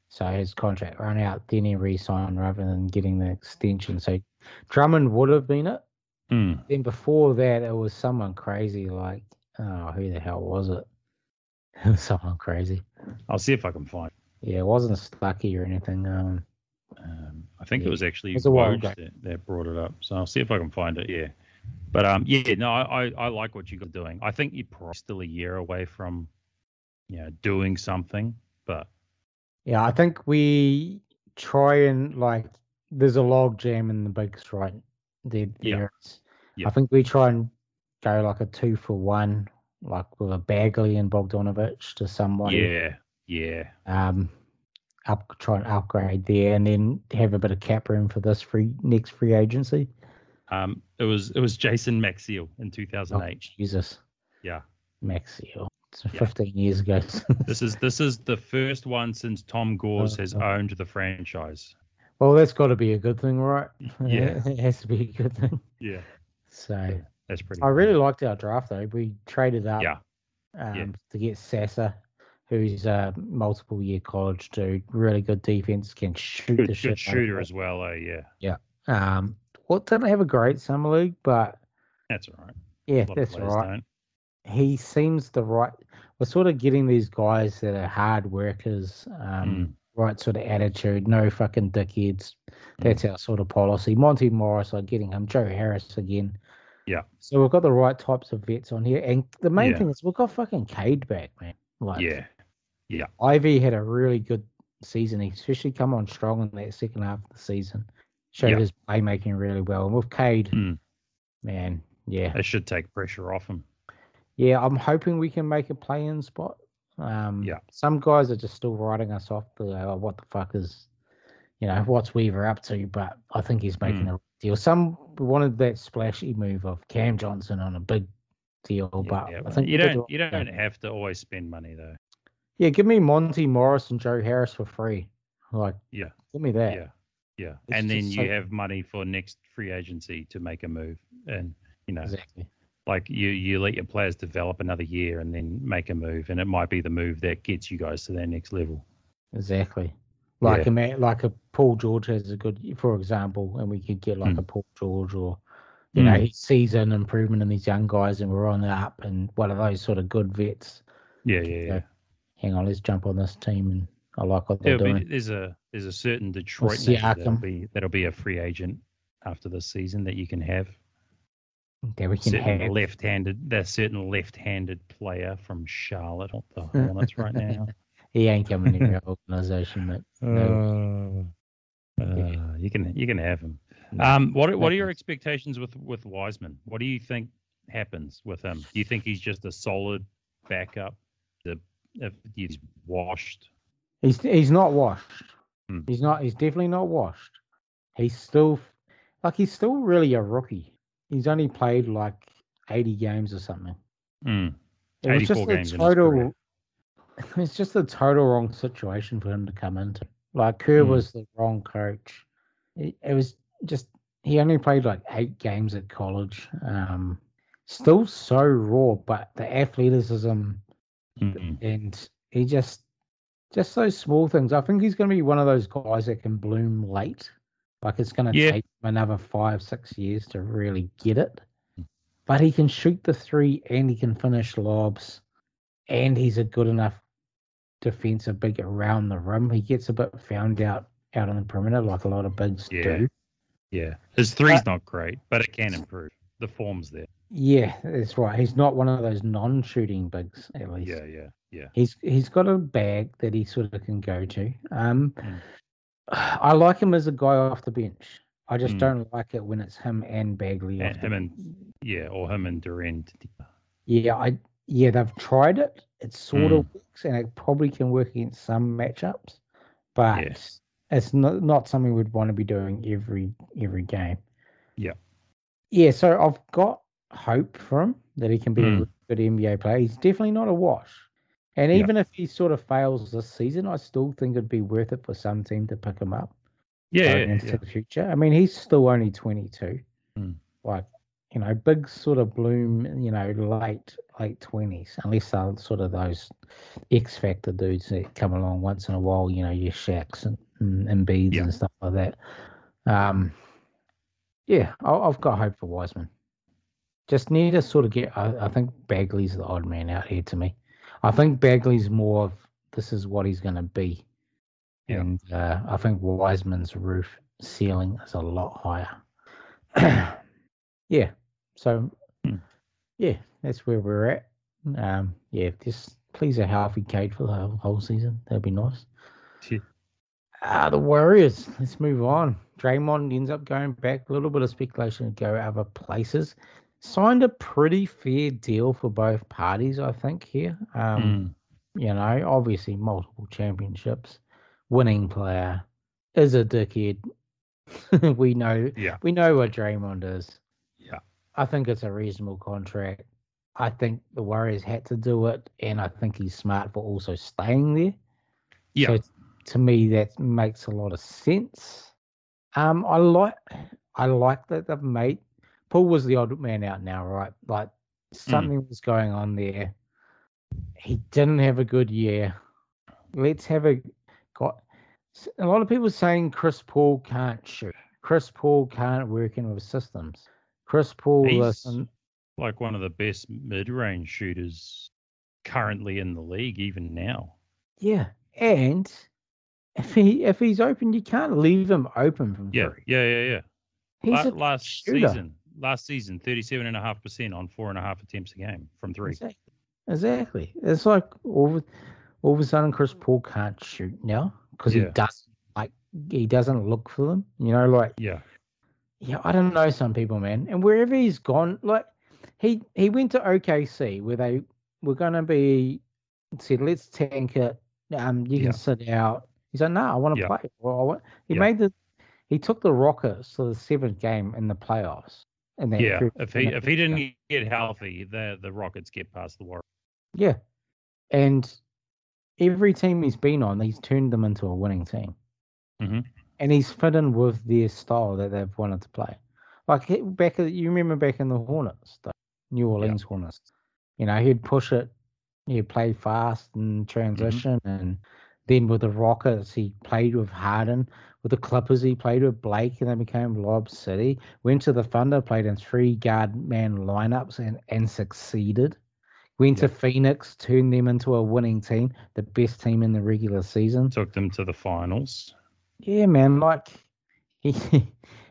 A: So his contract ran out, then he re signed rather than getting the extension. So Drummond would have been it.
B: Mm.
A: then before that, it was someone crazy. Like, oh, who the hell was it? It was someone crazy.
B: I'll see if I can find.
A: Yeah, it wasn't Stucky or anything. Um,
B: Um, I think
A: Yeah.
B: it was actually
A: It was a while
B: Woj
A: back.
B: that, that brought it up, so I'll see if I can find it. Yeah, but um, yeah, no, I I, I like what you guys are doing. I think you're probably still a year away from, you know, doing something, but
A: yeah, I think we try and like. There's a log jam in the bigs, right? There,
B: Yeah.
A: there is.
B: Yeah.
A: I think we try and go like a two for one, like with a Bagley and Bogdanovich to somebody.
B: yeah, yeah,
A: um, up try and upgrade there, and then have a bit of cap room for this free next free agency.
B: Um, it was it was Jason Maxiel in two thousand
A: Oh,
B: eight.
A: Jesus.
B: Yeah.
A: Maxiel. It's
B: Yeah.
A: 15 years ago.
B: This is this is the first one since Tom Gores has
A: Uh,
B: owned the franchise.
A: well, that's got to be a good thing, right?
B: Yeah.
A: it has to be a good thing.
B: Yeah,
A: So
B: that's pretty.
A: I
B: cool.
A: really liked our draft, though. We traded up
B: Yeah.
A: um,
B: Yeah.
A: to get Sasa, who's a multiple year college dude. Really good defense, can shoot
B: good,
A: the
B: good
A: shit. out of
B: shooter
A: it.
B: as well. Oh yeah,
A: Um, what didn't have a great summer league, but
B: that's all right.
A: yeah,
B: A lot of
A: that's
B: players
A: right.
B: don't.
A: He seems the right. We're sort of getting these guys that are hard workers,
B: Mm.
A: um, right sort of attitude, no fucking dickheads. That's
B: Mm.
A: our sort of policy. Monty Morris, I'm getting him. Joe Harris again.
B: Yeah.
A: So we've got the right types of vets on here, and the main
B: Yeah.
A: thing is we've got fucking Cade back, man. Like,
B: Yeah,
A: Ivy had a really good season, He especially come on strong in that second half of the season. Showed
B: Yeah.
A: his playmaking really well. And with Cade,
B: Mm.
A: man, yeah.
B: it should take pressure off him.
A: Yeah, I'm hoping we can make a play in spot. Um,
B: Yeah.
A: Some guys are just still writing us off. They're like, "Oh, what the fuck is, you know, what's Weaver up to? But I think he's making
B: Mm.
A: a deal. Some wanted that splashy move of Cam Johnson on a big deal, but
B: Yeah,
A: Oh, I think
B: you
A: we did
B: don't
A: the
B: you
A: right thing.
B: don't have to always spend money though.
A: Yeah, give me Monty Morris and Joe Harris for free. Like,
B: Yeah.
A: give me that.
B: Yeah, yeah,
A: It's
B: and then
A: just
B: you
A: so-
B: have money for next free agency to make a move, and you know,
A: Exactly.
B: like you you let your players develop another year and then make a move, and it might be the move that gets you guys to their next level.
A: Exactly. Like
B: Yeah.
A: a man, like a Paul George has a good, for example, and we could get like
B: Mm.
A: a Paul George or, you
B: Hmm.
A: know, he sees an improvement in these young guys and we're on the up and one of those sort of good vets.
B: Yeah, yeah, yeah.
A: Yeah. Hang on, let's jump on this team and I like what they're
B: There'll
A: doing.
B: be, there's a there's a certain Detroit name that'll
A: Siakam.
B: be that'll be a free agent after this season that you can have.
A: that we can
B: certain
A: have.
B: left-handed, that certain left-handed player from Charlotte, or the Hornets, right now.
A: He ain't coming in your organization, mate.
B: Uh, uh, you can you can have him.
A: No.
B: Um, what what are your
A: Nothing.
B: expectations with with Wiseman? What do you think happens with him? Do you think he's just a solid backup? The if he's washed.
A: He's he's not washed.
B: Hmm.
A: He's not. He's definitely not washed. He's still like he's still really a rookie. He's only played like eighty games or something.
B: Mm,
A: It was just
B: 84 games
A: a
B: in his career.
A: total. It's just a total wrong situation for him to come into. Like Kerr
B: Hmm.
A: was the wrong coach. It, it was just he only played like eight games at college. Um, still so raw, but the athleticism
B: mm,
A: and he just just those small things. I think he's going to be one of those guys that can bloom late. Like it's going to
B: Yeah.
A: take him another five, six years to really get it.
B: Hmm.
A: But he can shoot the three and he can finish lobs, and he's a good enough defensive big around the rim. He gets a bit found out out on the perimeter, like a lot of bigs
B: Yeah.
A: do.
B: yeah. His three's
A: Uh,
B: not great, but it can improve. The form's there.
A: Yeah, that's right. He's not one of those non-shooting bigs, at least.
B: Yeah, yeah, yeah.
A: He's he's got a bag that he sort of can go to. Um,
B: Mm.
A: I like him as a guy off the bench. I just
B: Mm.
A: don't like it when it's him and Bagley.
B: And
A: off the
B: him
A: bench.
B: and yeah, or him and Durant.
A: yeah, I yeah they've tried it. It sort
B: Hmm.
A: of works, and it probably can work against some matchups, but it's not not something we'd want to be doing every every game.
B: Yeah.
A: yeah. So I've got hope for him that he can be
B: Mm.
A: a good NBA player. He's definitely not a wash. And
B: Yeah.
A: even if he sort of fails this season, I still think it'd be worth it for some team to pick him up.
B: Yeah,
A: going
B: yeah,
A: into
B: yeah.
A: the future. I mean, he's still only 22.
B: Mm.
A: Like, you know, big sort of bloom, you know, late, late 20s, unless they're sort of those X Factor dudes that come along once in a while, you know, your Shacks and, and, and Beads
B: Yeah.
A: and stuff like that. Um, yeah, I, I've got hope for Wiseman. Just need to sort of get, I, I think Bagley's the odd man out here to me. I think Bagley's more of this is what he's going to be.
B: Yeah.
A: And uh, I think Wiseman's roof ceiling is a lot higher. yeah. So,
B: Hmm.
A: yeah, that's where we're at. Um, yeah, just please a healthy Cade for the whole, whole season. That'd be nice.
B: Shit.
A: Ah, the Warriors. Let's move on. Draymond ends up going back. A little bit of speculation to go other places. Signed a pretty fair deal for both parties, I think. Here, um,
B: Mm.
A: you know, obviously multiple championships, winning player, is a dickhead, we know
B: Yeah.
A: we know what Draymond is.
B: Yeah.
A: I think it's a reasonable contract. I think the Warriors had to do it, and I think he's smart for also staying there.
B: Yeah.
A: So to me, that makes a lot of sense. Um, I like, I like that they've made Paul was the odd man out now, right? Like
B: Mm.
A: something was going on there. He didn't have a good year. Let's have a got a lot of people saying Chris Paul can't shoot. Chris Paul can't work in with systems. Chris Paul
B: He's-
A: listen,
B: like one of the best mid-range shooters currently in the league, even now.
A: yeah, and if he if he's open, you can't leave him open from
B: Yeah,
A: three.
B: yeah, yeah, yeah.
A: He's
B: La-
A: a
B: last
A: shooter.
B: season, last season, thirty-seven and a half percent on four and a half attempts a game from three.
A: Exactly. exactly. It's like all of, all of a sudden Chris Paul can't shoot now because he
B: Yeah.
A: doesn't like he doesn't look for them. You know, like
B: Yeah,
A: yeah, I don't know some people, man. And wherever he's gone, like he he went to OKC where they were gonna be said, let's tank it. Um, you
B: Yeah.
A: can sit out. He's like, no, I want to
B: Yeah.
A: play. Well, I want. He
B: Yeah.
A: made the he took the Rockets to the seventh game in the playoffs. And that
B: yeah.
A: period-
B: If
A: in
B: he
A: that
B: if he didn't get healthy, the the Rockets get past the Warriors.
A: Yeah. And every team he's been on, he's turned them into a winning team.
B: Mhm.
A: And he's fit in with their style that they've wanted to play. Like he- back, at- you remember back in the Hornets, the New Orleans Hornets. You know, he'd push it, he'd play fast and transition, and then with the Rockets, he played with Harden. With the Clippers, he played with Blake, and they became Lob City. Went to the Thunder, played in three guard man lineups, and and succeeded. Went to Phoenix, turned them into a winning team, the best team in the regular season.
B: Took them to the finals.
A: Yeah, man, like he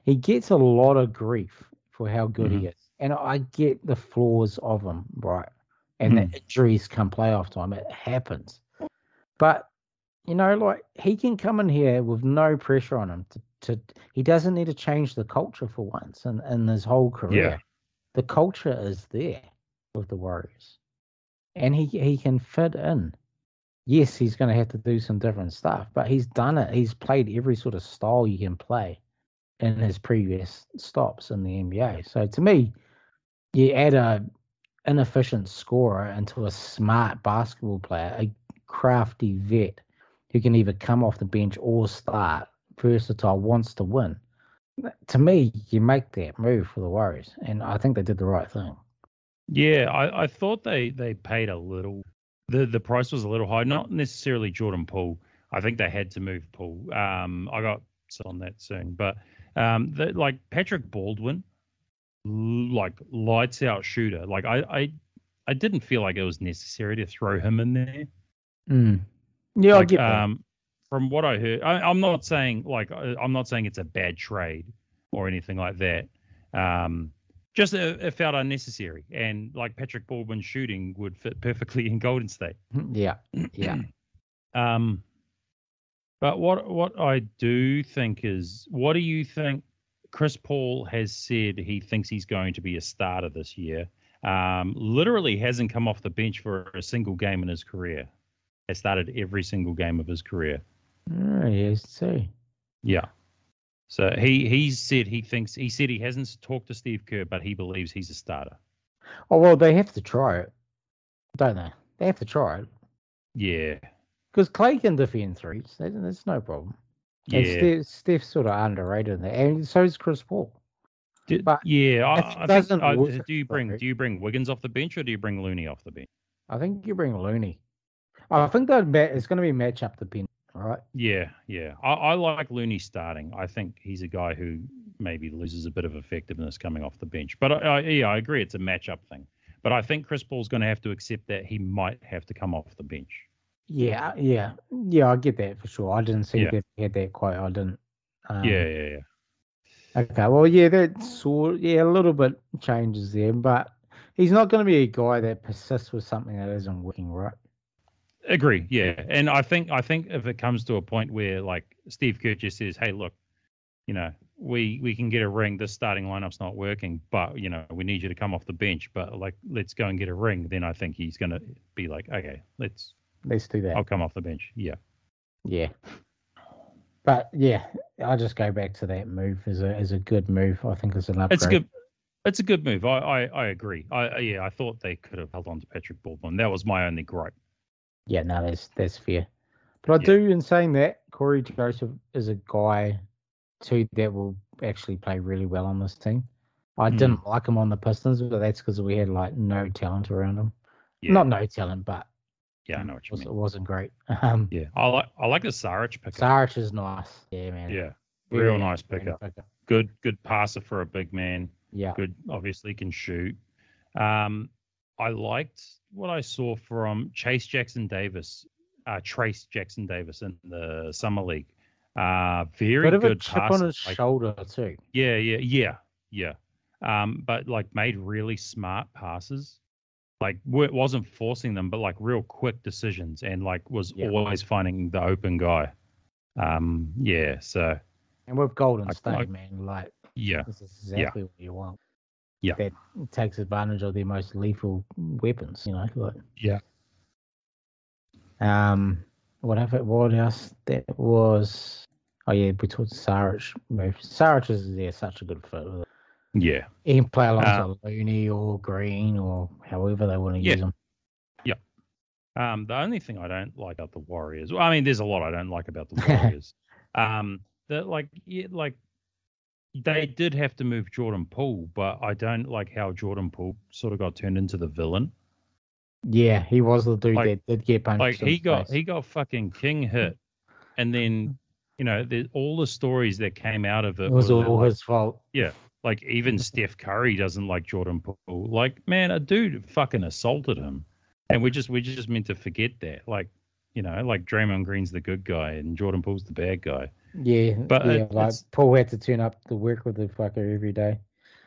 A: he gets a lot of grief for how good he is, and I get the flaws of him, right? And the injuries come playoff time, it happens. But you know, like he can come in here with no pressure on him. To, to he doesn't need to change the culture for once, in, in his whole career, the culture is there with the Warriors, and he he can fit in yes, he's going to have to do some different stuff, but he's done it. He's played every sort of style you can play in his previous stops in the NBA. So to me, you add a inefficient scorer into a smart basketball player, a crafty vet who can either come off the bench or start, versatile, wants to win. To me, you make that move for the Warriors, and I think they did the right thing.
B: Yeah, I, I thought they they paid a little. the The price was a little high. Not necessarily Jordan Poole. I think they had to move Poole. Um, I got on that soon, but um, the, like Patrick Baldwin, l- like lights out shooter. Like I, I, I didn't feel like it was necessary to throw him in there.
A: Mm. Yeah, I
B: Like,
A: get that.
B: um, from what I heard, I, I'm not saying like I- I'm not saying it's a bad trade or anything like that. Um, just it, it felt unnecessary, and like Patrick Baldwin shooting would fit perfectly in Golden State.
A: Mm-hmm. Yeah, yeah.
B: Um, but what what I do think is, what do you think? Chris Paul has said he thinks he's going to be a starter this year. Um, literally hasn't come off the bench for a single game in his career. Has started every single game of his career.
A: Oh, yes, too.
B: Yeah. So he he said he thinks he said he hasn't talked to Steve Kerr, but he believes he's a starter.
A: Oh well, they have to try it, don't they? They have to try it
B: Yeah.
A: because Clay can defend threes. That, that's no problem.
B: Yeah.
A: And Steph, Steph's sort of underrated in there, and so is Chris Paul.
B: Do-
A: but
B: yeah. I,
A: if it
B: I
A: doesn't
B: think, I-
A: work,
B: do you bring
A: right?
B: do you bring Wiggins off the bench or do you bring Looney off the bench?
A: I think you bring Looney. I think that ma- it's going to be match up the pin, right?
B: Yeah, yeah. I, I like Looney starting. I think he's a guy who maybe loses a bit of effectiveness coming off the bench. But I, I, yeah, I agree it's a matchup thing. But I think Chris Paul's going to have to accept that he might have to come off the bench.
A: Yeah, yeah, yeah. I get that for sure. I didn't see
B: Yeah.
A: that they had that quote. I didn't. Um,
B: yeah, yeah, yeah.
A: Okay. Well, yeah, that sort yeah a little bit changes there, but he's not going to be a guy that persists with something that isn't working right.
B: Agree, yeah, and I think I think if it comes to a point where like Steve Kerr just says, "Hey, look, you know, we we can get a ring. This starting lineup's not working, but you know, we need you to come off the bench. But like, let's go and get a ring." Then I think he's gonna be like, "Okay, let's.
A: Let's do that.
B: I'll come off the bench." Yeah,
A: Yeah. But yeah, I just go back to that move as a as a good move. I think it's an upgrade.
B: It's a good. It's a good move. I, I, I agree. I I- yeah, I thought they could have held on to Patrick Baldwin. That was my only gripe.
A: Yeah, no, that's that's fair. But I
B: Yeah.
A: do, in saying that, Corey Joseph is a guy too that will actually play really well on this team. I
B: Hmm.
A: didn't like him on the Pistons, but that's because we had like no talent around him.
B: Yeah,
A: Not no talent, but
B: yeah, I know what
A: it,
B: you
A: was, it
B: mean.
A: wasn't great. Um,
B: Yeah, I like I like the Saric pickup.
A: Saric is nice. Yeah, man.
B: yeah,
A: Very
B: real nice
A: outstanding
B: pickup. good good passer for a big man.
A: Yeah.
B: Good, obviously can shoot. Um, I liked what I saw from Chase Jackson Davis, uh, Trace Jackson Davis in the summer league. Uh, very
A: Bit of a
B: good
A: chip on
B: passer.
A: his
B: like-
A: shoulder too.
B: yeah, yeah, yeah, yeah. Um, but like made really smart passes. Like wa- wasn't forcing them, but like real quick decisions, and like was
A: Yeah.
B: always finding the open guy. Um, yeah. So
A: And with Golden
B: I-
A: State,
B: I-
A: man, like
B: yeah,
A: this is exactly what you want.
B: Yeah.
A: That takes advantage of their most lethal weapons, you know. Like,
B: Yeah.
A: Um, what have it? What else? That was. Oh yeah, we talked Saric move. Saric is yeah, such a good fit. with it.
B: yeah.
A: He can
B: Uh,
A: play alongside Looney or Green or however they want to
B: Yeah.
A: use him.
B: Um, the only thing I don't like about the Warriors, well, I mean, there's a lot I don't like about the Warriors. um, that like, yeah, like they did have to move Jordan Poole, but I don't like how Jordan Poole sort of got turned into the villain.
A: Yeah, he was the dude
B: Like-
A: that did get punched.
B: Like
A: in the
B: he got
A: face.
B: he got fucking king hit, and then you know the, all the stories that came out of it,
A: it was
B: were
A: all
B: like,
A: his fault.
B: like even Steph Curry doesn't like Jordan Poole. Like, man, a dude fucking assaulted him. And we just we just meant to forget that. Like, you know, like Draymond Green's the good guy and Jordan Poole's the bad guy.
A: Yeah,
B: But
A: yeah.
B: it-
A: like
B: it's-
A: Paul had to turn up to work with the fucker every day.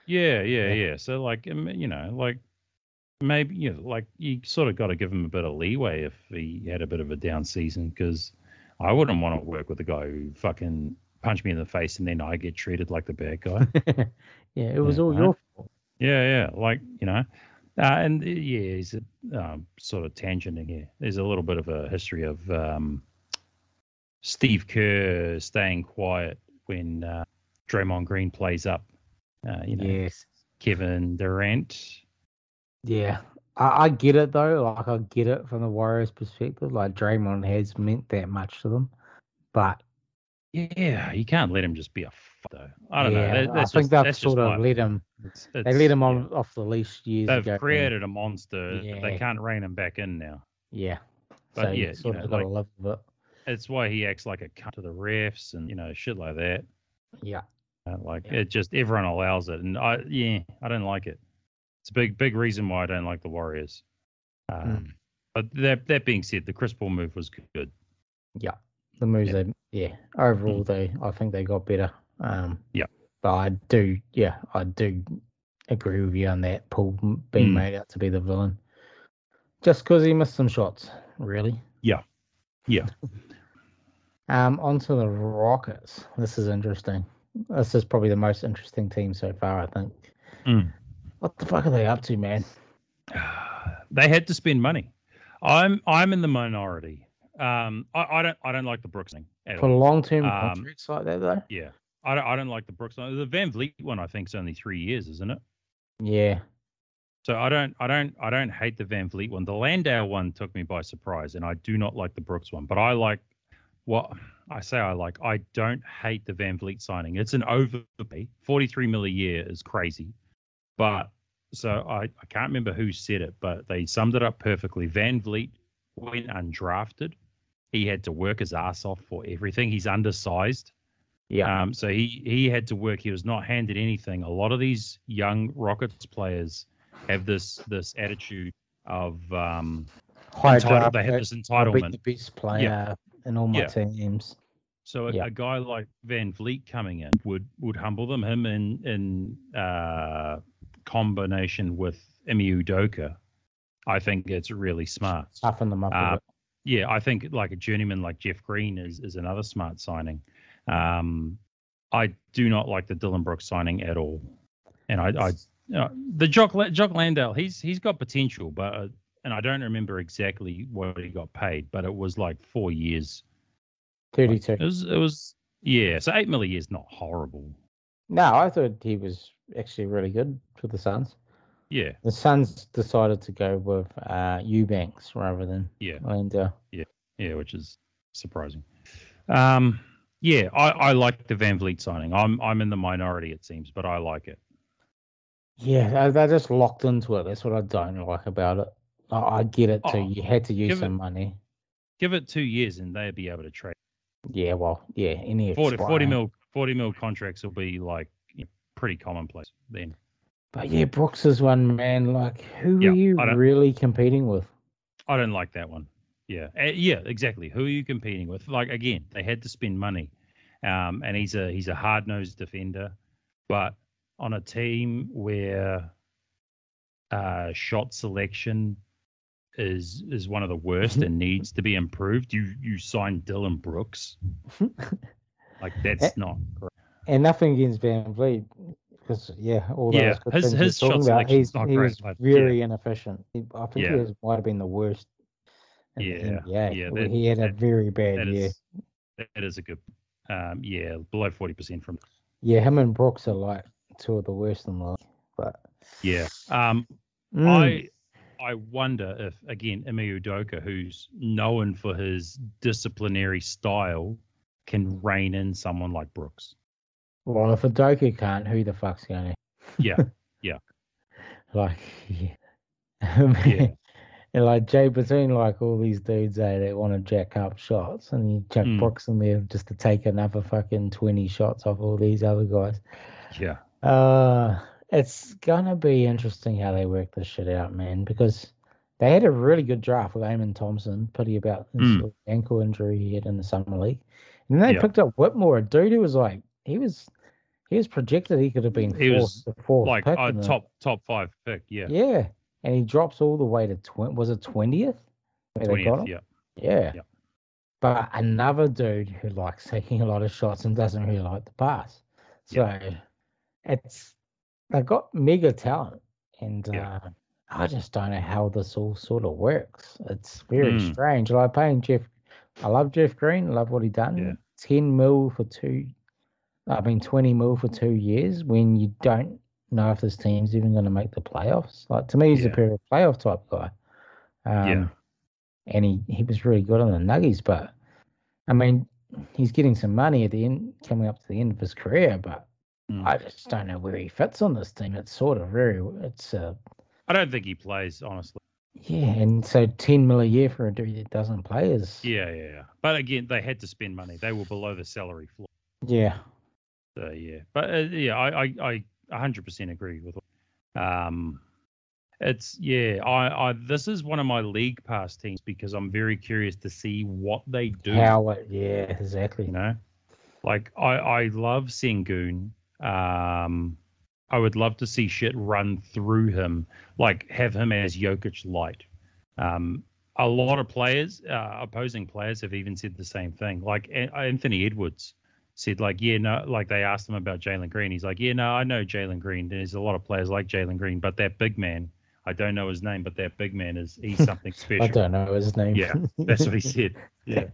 B: Yeah, yeah,
A: Yeah.
B: yeah. So like um, you know, like maybe you know, like you sort of got to give him a bit of leeway if he had a bit of a down season because I wouldn't want to work with a guy who fucking punched me in the face and then I get treated like the bad guy.
A: yeah, it was
B: Yeah,
A: all
B: right.
A: your fault.
B: Yeah, yeah, like you know, uh, and uh, yeah, he's a, um, sort of tangenting here. There's a little bit of a history of um, Steve Kerr staying quiet when uh, Draymond Green plays up. Uh, you know,
A: Yes.
B: Kevin Durant.
A: Yeah. I, I get it though. Like I get it from the Warriors' perspective. Like Draymond has meant that much to them, but
B: Yeah, you can't let him just be a fuck though. I don't
A: yeah,
B: know. That,
A: I
B: that's
A: think
B: just,
A: they've
B: that's
A: sort
B: just
A: of let him. They let
B: lead
A: him on off the leash years
B: They've
A: ago. man.
B: created a monster.
A: Yeah.
B: They can't rein him back in now.
A: Yeah. so
B: But yeah,
A: you
B: you
A: sort
B: know,
A: of got to
B: like-
A: live with it.
B: It's why he acts like a cunt to the refs and you know shit like that.
A: Yeah.
B: Uh, like
A: Yeah.
B: it just everyone allows it, and I yeah I don't like it. It's a big big reason why I don't like the Warriors. Um, But that that being said, the Chris Paul move was good.
A: The moves
B: Yeah. Mm.
A: they, yeah. Overall, they, I think they got better. Um.
B: Yeah.
A: But I do, yeah, I do agree with you on that. Paul m- being
B: Mm.
A: made out to be the villain, just because he missed some shots, really.
B: Yeah,
A: Um, onto the Rockets. This is interesting. This is probably the most interesting team so far, I think.
B: Mm.
A: What the fuck are they up to, man?
B: they had to spend money. I'm I'm in the minority. Um, I, I don't I don't like the Brooks thing at
A: For
B: all.
A: long term
B: Um,
A: contracts like that, though?
B: Yeah, I don't I don't like the Brooks. one. The Van Vliet one I think is only three years, isn't it?
A: Yeah.
B: So I don't I don't I don't hate the Van Vliet one. The Landau one took me by surprise, and I do not like the Brooks one. But I like what I say I like. I don't hate the Van Vliet signing. It's an overpay. Forty three mil a year is crazy. But so I, I can't remember who said it, but they summed it up perfectly. Van Vliet went undrafted. He had to work his ass off for everything. He's undersized.
A: Yeah.
B: Um, so he he had to work. He was not handed anything. A lot of these young Rockets players have this this attitude of um,
A: High
B: entitled-
A: draft
B: they have
A: pick,
B: this
A: I'll be the
B: entitlement.
A: best player in all my
B: Yeah.
A: teams.
B: So a,
A: Yeah.
B: a guy like Van Vliet coming in would would humble them. Him in in uh, combination with Emi Udoka, I think it's really smart.
A: Toughen them up
B: Uh,
A: a bit.
B: yeah, I think like a journeyman like Jeff Green is is another smart signing. Um, I do not like the Dylan Brooks signing at all, and I, I you know, the Jock La- Jock Landale he's he's got potential, but uh, and I don't remember exactly what he got paid, but it was like four years. It
A: 32.
B: was it was Yeah, so eight milli is not horrible.
A: No, I thought he was actually really good for the Suns.
B: Yeah,
A: The Suns decided to go with uh, Eubanks rather than
B: yeah,
A: Lander.
B: yeah, which is surprising. Um, yeah, I, I like the Van Vliet signing. I'm I'm in the minority it seems, but I like it.
A: Yeah, they- they're just locked into it. That's what I don't like about it. I, I get it too.
B: Oh,
A: you had to use
B: give it-
A: some money.
B: Give it two years and they'll be able to trade.
A: Yeah, well, yeah, any
B: 40, 40
A: expiring.
B: mil 40 mil contracts will be like you know, pretty commonplace then.
A: But yeah, Brooks is one man. Like, who
B: Yeah,
A: are you
B: I don't-
A: really competing with?
B: I don't like that one. Yeah, Uh, yeah, exactly. Who are you competing with? Like again, they had to spend money, um, and he's a he's a hard nosed defender, but on a team where uh, shot selection is is one of the worst and needs to be improved, you you sign Dylan Brooks. Like that's not great.
A: And nothing against Van Vliet, because yeah, all
B: Yeah,
A: those good
B: his-
A: things
B: his
A: you're
B: shot
A: talking about,
B: selection's
A: he's,
B: not
A: he
B: great,
A: was
B: but yeah.
A: very inefficient. He- I think
B: Yeah.
A: he was, might have been the worst. in the
B: Yeah,
A: NBA.
B: yeah,
A: Well,
B: that-
A: he had a
B: that-
A: very bad
B: That
A: year.
B: is that is a good, um, yeah, below forty percent from
A: Yeah, him and Brooks are like two of the worst in the league. But
B: yeah. Um,
A: Mm,
B: I I wonder if again Emi Udoka, who's known for his disciplinary style, can rein in someone like Brooks.
A: well, if Adoka can't, who the fuck's going
B: Yeah,
A: to? Like, yeah. yeah. And like Jay between like all these dudes eh, that want to jack up shots, and you chuck
B: Mm.
A: Brooks in there just to take another fucking twenty shots off all these other guys.
B: yeah,
A: Uh, it's gonna be interesting how they work this shit out, man, because they had a really good draft with Eamon Thompson, putting about his
B: Mm.
A: little ankle injury he had in the summer league. And then they
B: Yeah.
A: picked up Whitmore, a dude who was like he was he was projected he could have been
B: He
A: fourth,
B: was
A: the fourth
B: like
A: pick
B: a
A: in the-
B: top top five pick. Yeah,
A: Oh, yeah. And he drops all the way to twen was it twentieth?
B: twentieth. Yeah,
A: Yeah.
B: Yeah.
A: But another dude who likes taking a lot of shots and doesn't really like to pass. So
B: Yeah.
A: it's they've got mega talent. And
B: Yeah.
A: uh, I just don't know how this all sort of works. It's very
B: Mm.
A: strange. Like paying Jeff I love Jeff Green, love what he done.
B: Yeah.
A: Ten mil for two I mean twenty mil for two years when you don't know if this team's even gonna make the playoffs. Like to me he's a
B: Yeah.
A: pure playoff type guy. Um,
B: Yeah.
A: and he, he was really good on the Nuggies. But I mean, he's getting some money at the end, coming up to the end of his career. But
B: Mm.
A: I just don't know where he fits on this team. It's sort of very, it's uh,
B: I don't think he plays honestly.
A: yeah. And so ten mil a year for a dude that doesn't play is
B: Yeah, yeah, yeah. But again, they had to spend money. They were below the salary floor.
A: yeah,
B: So yeah, but uh, yeah, I I- I a hundred percent agree with. Um, it's yeah, I I this is one of my league pass teams because I'm very curious to see what they do.
A: how it, yeah, exactly.
B: You know, like I I love Sengun. Um, I would love to see shit run through him, like have him as Jokic light. Um, a lot of players, uh, opposing players, have even said the same thing. Like An- Anthony Edwards said, like yeah, no, like they asked him about Jalen Green. He's like, yeah, no, I know Jalen Green. There's a lot of players like Jalen Green, but that big man, I don't know his name, but that big man is he's something special.
A: I don't know his name.
B: Yeah, that's what he said. Yeah.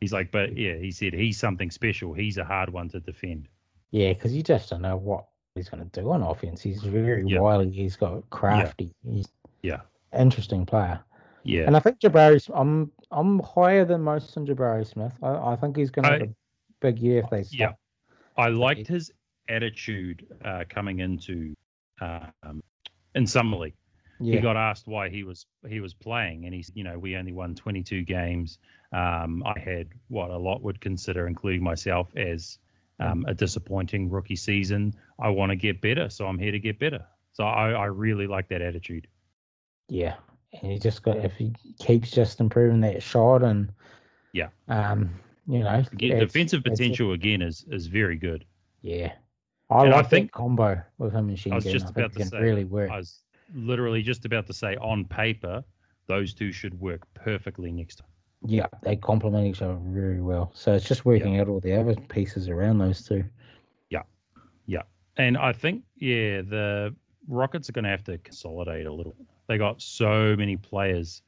B: He's like, but yeah, he said he's something special. He's a hard one to defend.
A: yeah, because you just don't know what he's going to do on offense. He's very
B: Yeah.
A: wily. He's got crafty. He's
B: Yeah.
A: interesting player.
B: Yeah.
A: And I think Jabari, S- I'm I'm higher than most on Jabari Smith. I, I think he's going to
B: I-
A: have a big year if they stop.
B: Yeah. I liked his attitude uh, coming into um, in summer league.
A: yeah.
B: He got asked why he was he was playing, and he said, you know, we only won 22 games. Um, I had what a lot would consider, including myself, as um, a disappointing rookie season. I want to get better, so I'm here to get better. So I, I really like that attitude.
A: yeah, and he just got if he keeps just improving that shot and
B: Yeah.
A: um, you know,
B: Again,
A: it's-
B: defensive
A: it's-
B: potential again is is very good.
A: Yeah, I
B: And I
A: like
B: think-
A: that combo with him and Shingo.
B: I was just about to
A: can
B: say,
A: really work.
B: I was literally just about to say on paper, those two should work perfectly next time.
A: yeah, they complement each other very well. So it's just working out all the other pieces around those two.
B: And I think, yeah, the Rockets are going to have to consolidate a little. They got so many players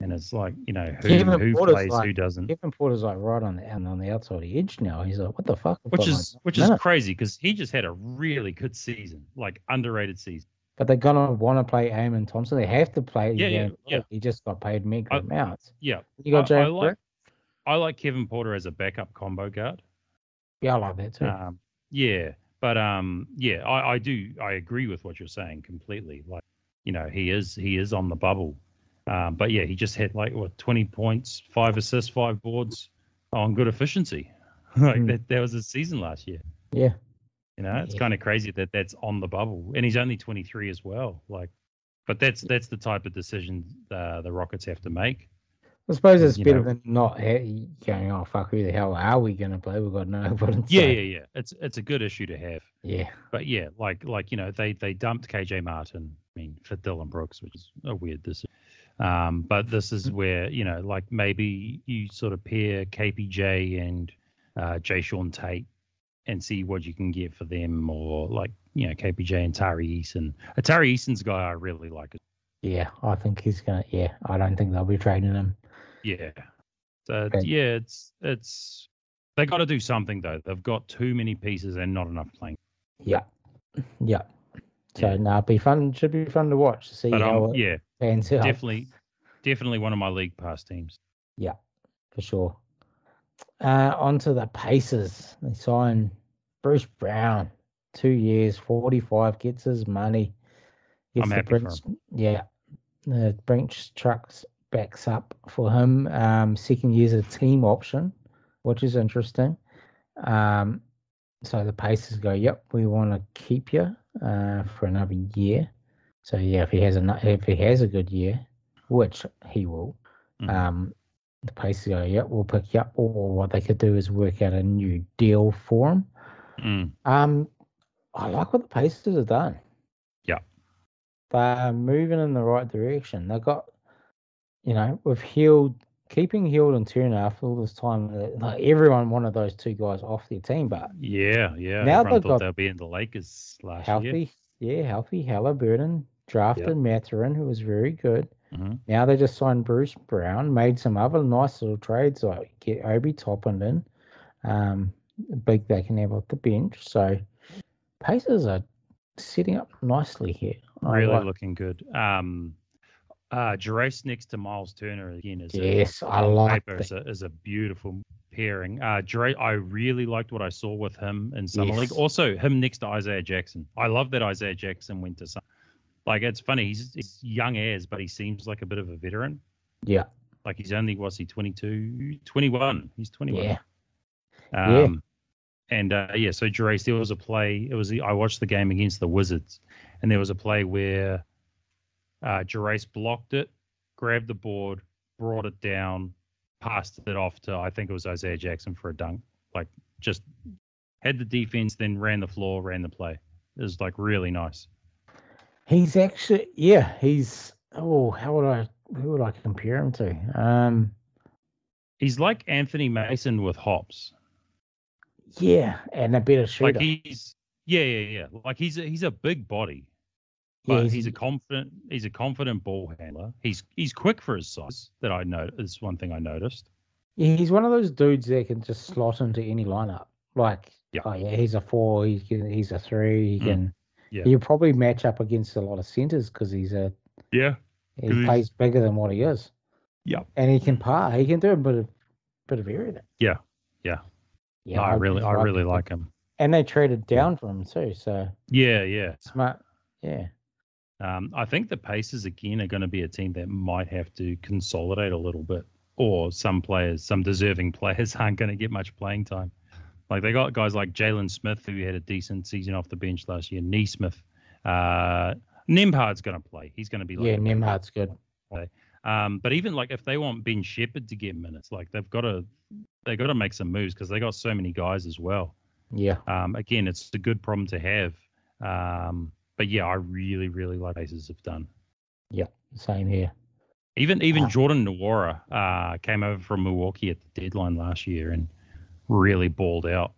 B: And it's like, you know, who,
A: Kevin
B: who
A: Porter's
B: plays, who
A: like-
B: doesn't.
A: Kevin Porter's like right on the on the outside edge now. He's like, what the fuck? I've
B: Which
A: got
B: is
A: like
B: which
A: a
B: is
A: minute.
B: crazy because he just had a really good season, like underrated season.
A: but they're gonna want to play Eamon Thompson. They have to play.
B: Yeah, yeah,
A: Eamon.
B: yeah.
A: He just got paid mega
B: I-
A: amounts.
B: Yeah,
A: You got
B: I, I
A: Jay.
B: like I like Kevin Porter as a backup combo guard.
A: yeah, I like that too.
B: Um, yeah, but um, yeah, I, I do. I agree with what you're saying completely. Like, you know, he is he is on the bubble, um, but yeah, he just had like what 20 points, five assists, five boards on good efficiency. like
A: Mm.
B: that, that was his season last year.
A: yeah,
B: You know, it's
A: Yeah.
B: kind of crazy that that's on the bubble, and he's only 23 as well. Like, but that's that's the type of decision uh, the Rockets have to make.
A: I suppose it's
B: you
A: better
B: know-
A: than not ha- going. Oh fuck, who the hell are we gonna play? We've got nobody.
B: Yeah, yeah, yeah. It's it's a good issue to have.
A: yeah, yeah.
B: But yeah, like like you know, they they dumped KJ Martin. I mean, for Dylan Brooks, which is a weird decision. Um, but this is where you know, like maybe you sort of pair KPJ and uh, Jay Sean Tate and see what you can get for them, or like you know, KPJ and Tari Eason. Uh, Tari Eason's a guy I really like.
A: Yeah, I think he's gonna. Yeah, I don't think they'll be trading him.
B: Yeah. So
A: Okay.
B: yeah, it's it's they got to do something though. They've got too many pieces and not enough playing.
A: Yeah, yeah. So
B: Yeah.
A: no, nah, be fun. Should be fun to watch. See
B: But
A: how
B: um,
A: it
B: yeah,
A: pans out.
B: definitely, definitely one of my league pass teams.
A: for sure. Uh, on to the Pacers. They sign Bruce Brown, two years, 45, gets his money.
B: I'm happy for
A: Brinks- Yeah. The Brinks trucks backs up for him. Um, second year's a team option, which is interesting. Um, so the Pacers go, yep, we want to keep you uh, for another year. So yeah, if he has a nu- if he has a good year, which he will,
B: Mhm.
A: um, the Pacers go, yep, we'll pick you up. Or what they could do is work out a new deal for him.
B: Mm.
A: Um, I like what the Pacers have done.
B: Yeah.
A: They're moving in the right direction. They got, you know, with Heald, keeping Heald and Turner after all this time, uh, like everyone wanted those two guys off their team, but
B: Yeah, yeah.
A: Now
B: Everyone
A: they've
B: thought
A: got
B: they'll be in the Lakers last year.
A: healthy, yeah, healthy Halliburton, drafted Mathurin, who was very good.
B: Mhm.
A: Now they just signed Bruce Brown, made some other nice little trades like get Obi Toppin in, um, big they can have off the bench. So Pacers are setting up nicely here. I
B: Really
A: like-
B: looking good. Um, uh, Jerace next to Miles Turner again is a-
A: yes, I
B: on
A: like
B: paper
A: that.
B: is a, is a beautiful pairing. Uh, Jerace, I really liked what I saw with him in summer
A: Yes.
B: league. Also, him next to Isaiah Jackson. I love that Isaiah Jackson went to some. Like it's funny. He's, he's young as, but he seems like a bit of a veteran.
A: Yeah,
B: Like he's only was he 22, 21. He's 21.
A: yeah, Yeah.
B: Um, And uh, yeah, so Jerace, there was a play. It was I watched the game against the Wizards, and there was a play where uh, Jerace blocked it, grabbed the board, brought it down, passed it off to I think it was Isaiah Jackson for a dunk. Like just had the defense, then ran the floor, ran the play. It was like really nice.
A: he's actually yeah, he's oh, how would I who would I compare him to? Um,
B: He's like Anthony Mason with hops.
A: yeah, and a better shooter.
B: Like he's yeah yeah yeah. Like he's a, he's a big body.
A: yeah,
B: But he's, a confident he's a confident ball handler. He's he's quick for his size. That I know is one thing I noticed.
A: Yeah, he's one of those dudes that can just slot into any lineup. Like,
B: Yeah.
A: oh yeah, he's a four, he can, he's a three, he
B: Mm,
A: can.
B: yeah.
A: He'll probably match up against a lot of centers because he's a
B: Yeah.
A: he
B: 'Cause he's-
A: plays bigger than what he is.
B: Yeah.
A: And he can par, he can do a bit of bit of everything.
B: Yeah, yeah.
A: Yeah,
B: I, really I really like him.
A: And they traded down for him too, so
B: Yeah, yeah.
A: smart. Yeah,
B: Um, I think the Pacers again are going to be a team that might have to consolidate a little bit, or some players, some deserving players, aren't going to get much playing time. Like they got guys like Jalen Smith, who had a decent season off the bench last year. Neesmith, uh, Nemhard's going to play. He's going to be like
A: yeah.
B: a backup.
A: Nemhard's good.
B: Um, but even like if they want Ben Shepherd to get minutes, like they've got to they got to make some moves because they got so many guys as well.
A: Yeah,
B: Um, again, it's a good problem to have. Um, but yeah, I really really like Aces have done.
A: same here.
B: Even even
A: Ah.
B: Jordan Nwora uh, came over from Milwaukee at the deadline last year and really balled out.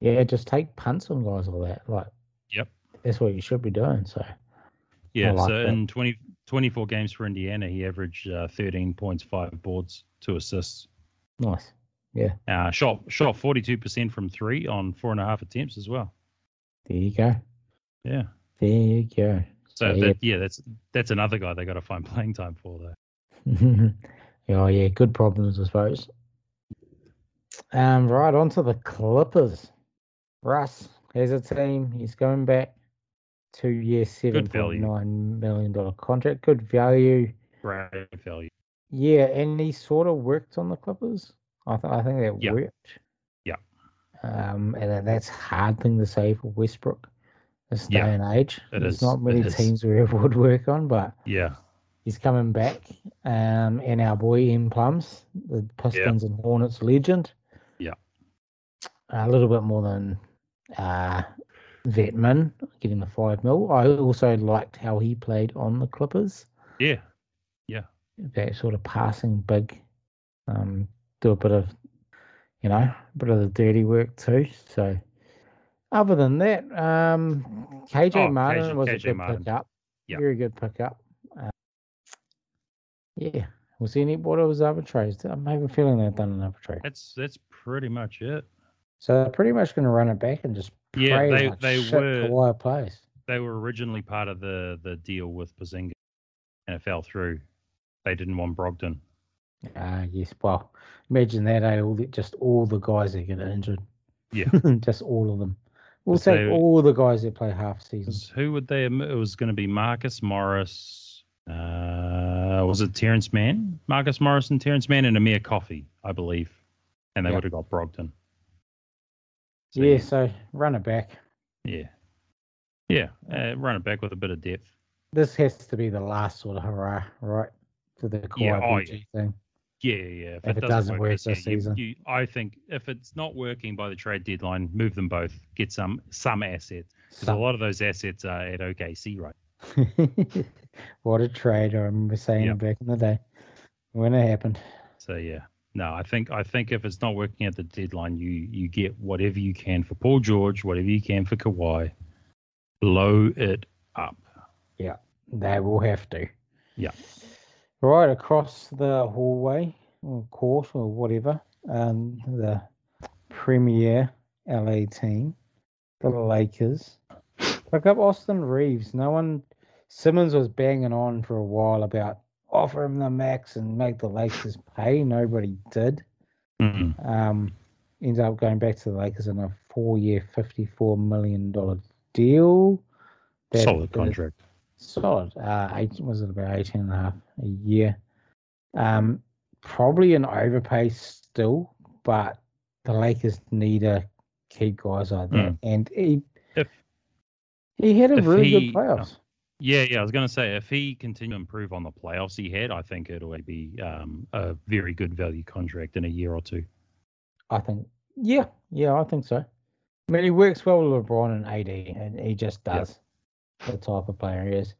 A: Yeah, just take punts on guys all that. Like,
B: Yep.
A: that's what you should be doing. So
B: Yeah,
A: like
B: so
A: that.
B: in 20, 24 games for Indiana, he averaged uh, 13 points, five boards, two assists.
A: Nice.
B: Uh, shot shot 42% from three on four and a half attempts as well.
A: There you go.
B: Yeah.
A: There you go.
B: So
A: Yeah.
B: that, yeah, that's that's another guy they got to find playing time for though.
A: oh yeah, good problems, I suppose. Um, right on to the Clippers. Russ has a team. He's going back two year, seven
B: Good
A: point
B: value.
A: nine million dollar contract. Good value.
B: Great value.
A: Yeah, and he sort of worked on the Clippers. I th- I think that
B: Yeah.
A: worked.
B: Yeah.
A: Um, and that- that's a hard thing to say for Westbrook this day
B: Yeah,
A: and age.
B: it
A: There's
B: is,
A: not
B: it
A: many
B: is.
A: teams where it would work on, but
B: Yeah.
A: he's coming back. Um, and our boy M Plums, the Pistons and Hornets legend.
B: Yeah.
A: A little bit more than uh, Vetman getting the five mil. I also liked how he played on the Clippers.
B: Yeah.
A: That sort of passing big, um, do a bit of, you know, a bit of the dirty work too. So, other than that, um, KJ
B: Oh,
A: Martin
B: KJ
A: was a
B: KJ
A: good
B: Martin.
A: pickup.
B: Yeah.
A: Very good pickup. Uh, yeah. Was there any what was arbitraged? I'm having a feeling they've done an arbitrage.
B: That's that's pretty much it.
A: So they're pretty much going to run it back and just pray
B: Yeah, they-
A: like
B: they
A: shit
B: were-
A: Kawhi plays.
B: They were originally part of the the deal with Bazinga and it fell through. They didn't want Brogdon.
A: Ah, yes. Well, imagine that. Eh? All the, just all the guys that get injured.
B: Yeah.
A: just all of them. We'll
B: But
A: take
B: they-
A: all the guys that play half seasons.
B: 'Cause Who would they? It was going to be Marcus Morris. Uh, was it Terrence Mann? Marcus Morris and Terrence Mann and Amir Coffee, I believe. And they
A: Yeah.
B: would have got Brogdon. So,
A: yeah, so run it back.
B: Yeah. Yeah. Uh, run it back with a bit of depth.
A: This has to be the last sort of hurrah, right? For the Kawhi
B: Yeah, oh,
A: PG thing.
B: Yeah, yeah. yeah. If,
A: it doesn't work
B: out,
A: this
B: yeah, you-
A: season.
B: you- I think if it's not working by the trade deadline, move them both. Get some some assets. Because a
A: Some-
B: lot of those assets are at OKC, right?
A: what a trade! I remember saying
B: Yeah.
A: it back in the day when it happened.
B: So yeah. No, I think I think if it's not working at the deadline, you you get whatever you can for Paul George, whatever you can for Kawhi. Blow it up.
A: They will have to.
B: Yeah.
A: Right across the hallway or court or whatever, um, the premier LA team, the Lakers, pick up Austin Reeves. No one, Simmons was banging on for a while about offer him the max and make the Lakers pay. Nobody did.
B: Mm.
A: Um, ends up going back to the Lakers in a four-year, fifty-four million dollar deal. That is-
B: Solid contract.
A: solid. Uh, eight, was it about 18 and a half a year? Um, probably an overpay still, but the Lakers need to keep guys like that. And he,
B: Hmm. If-
A: he had a
B: if
A: really
B: he-
A: good playoffs.
B: Yeah, yeah. I was going to say if he continue to improve on the playoffs he had, I think it'll be um, a very good value contract in a year or two.
A: I think, yeah, yeah, I think so. I mean, he works well with LeBron and AD, and he just
B: Yep.
A: does the type of player he is.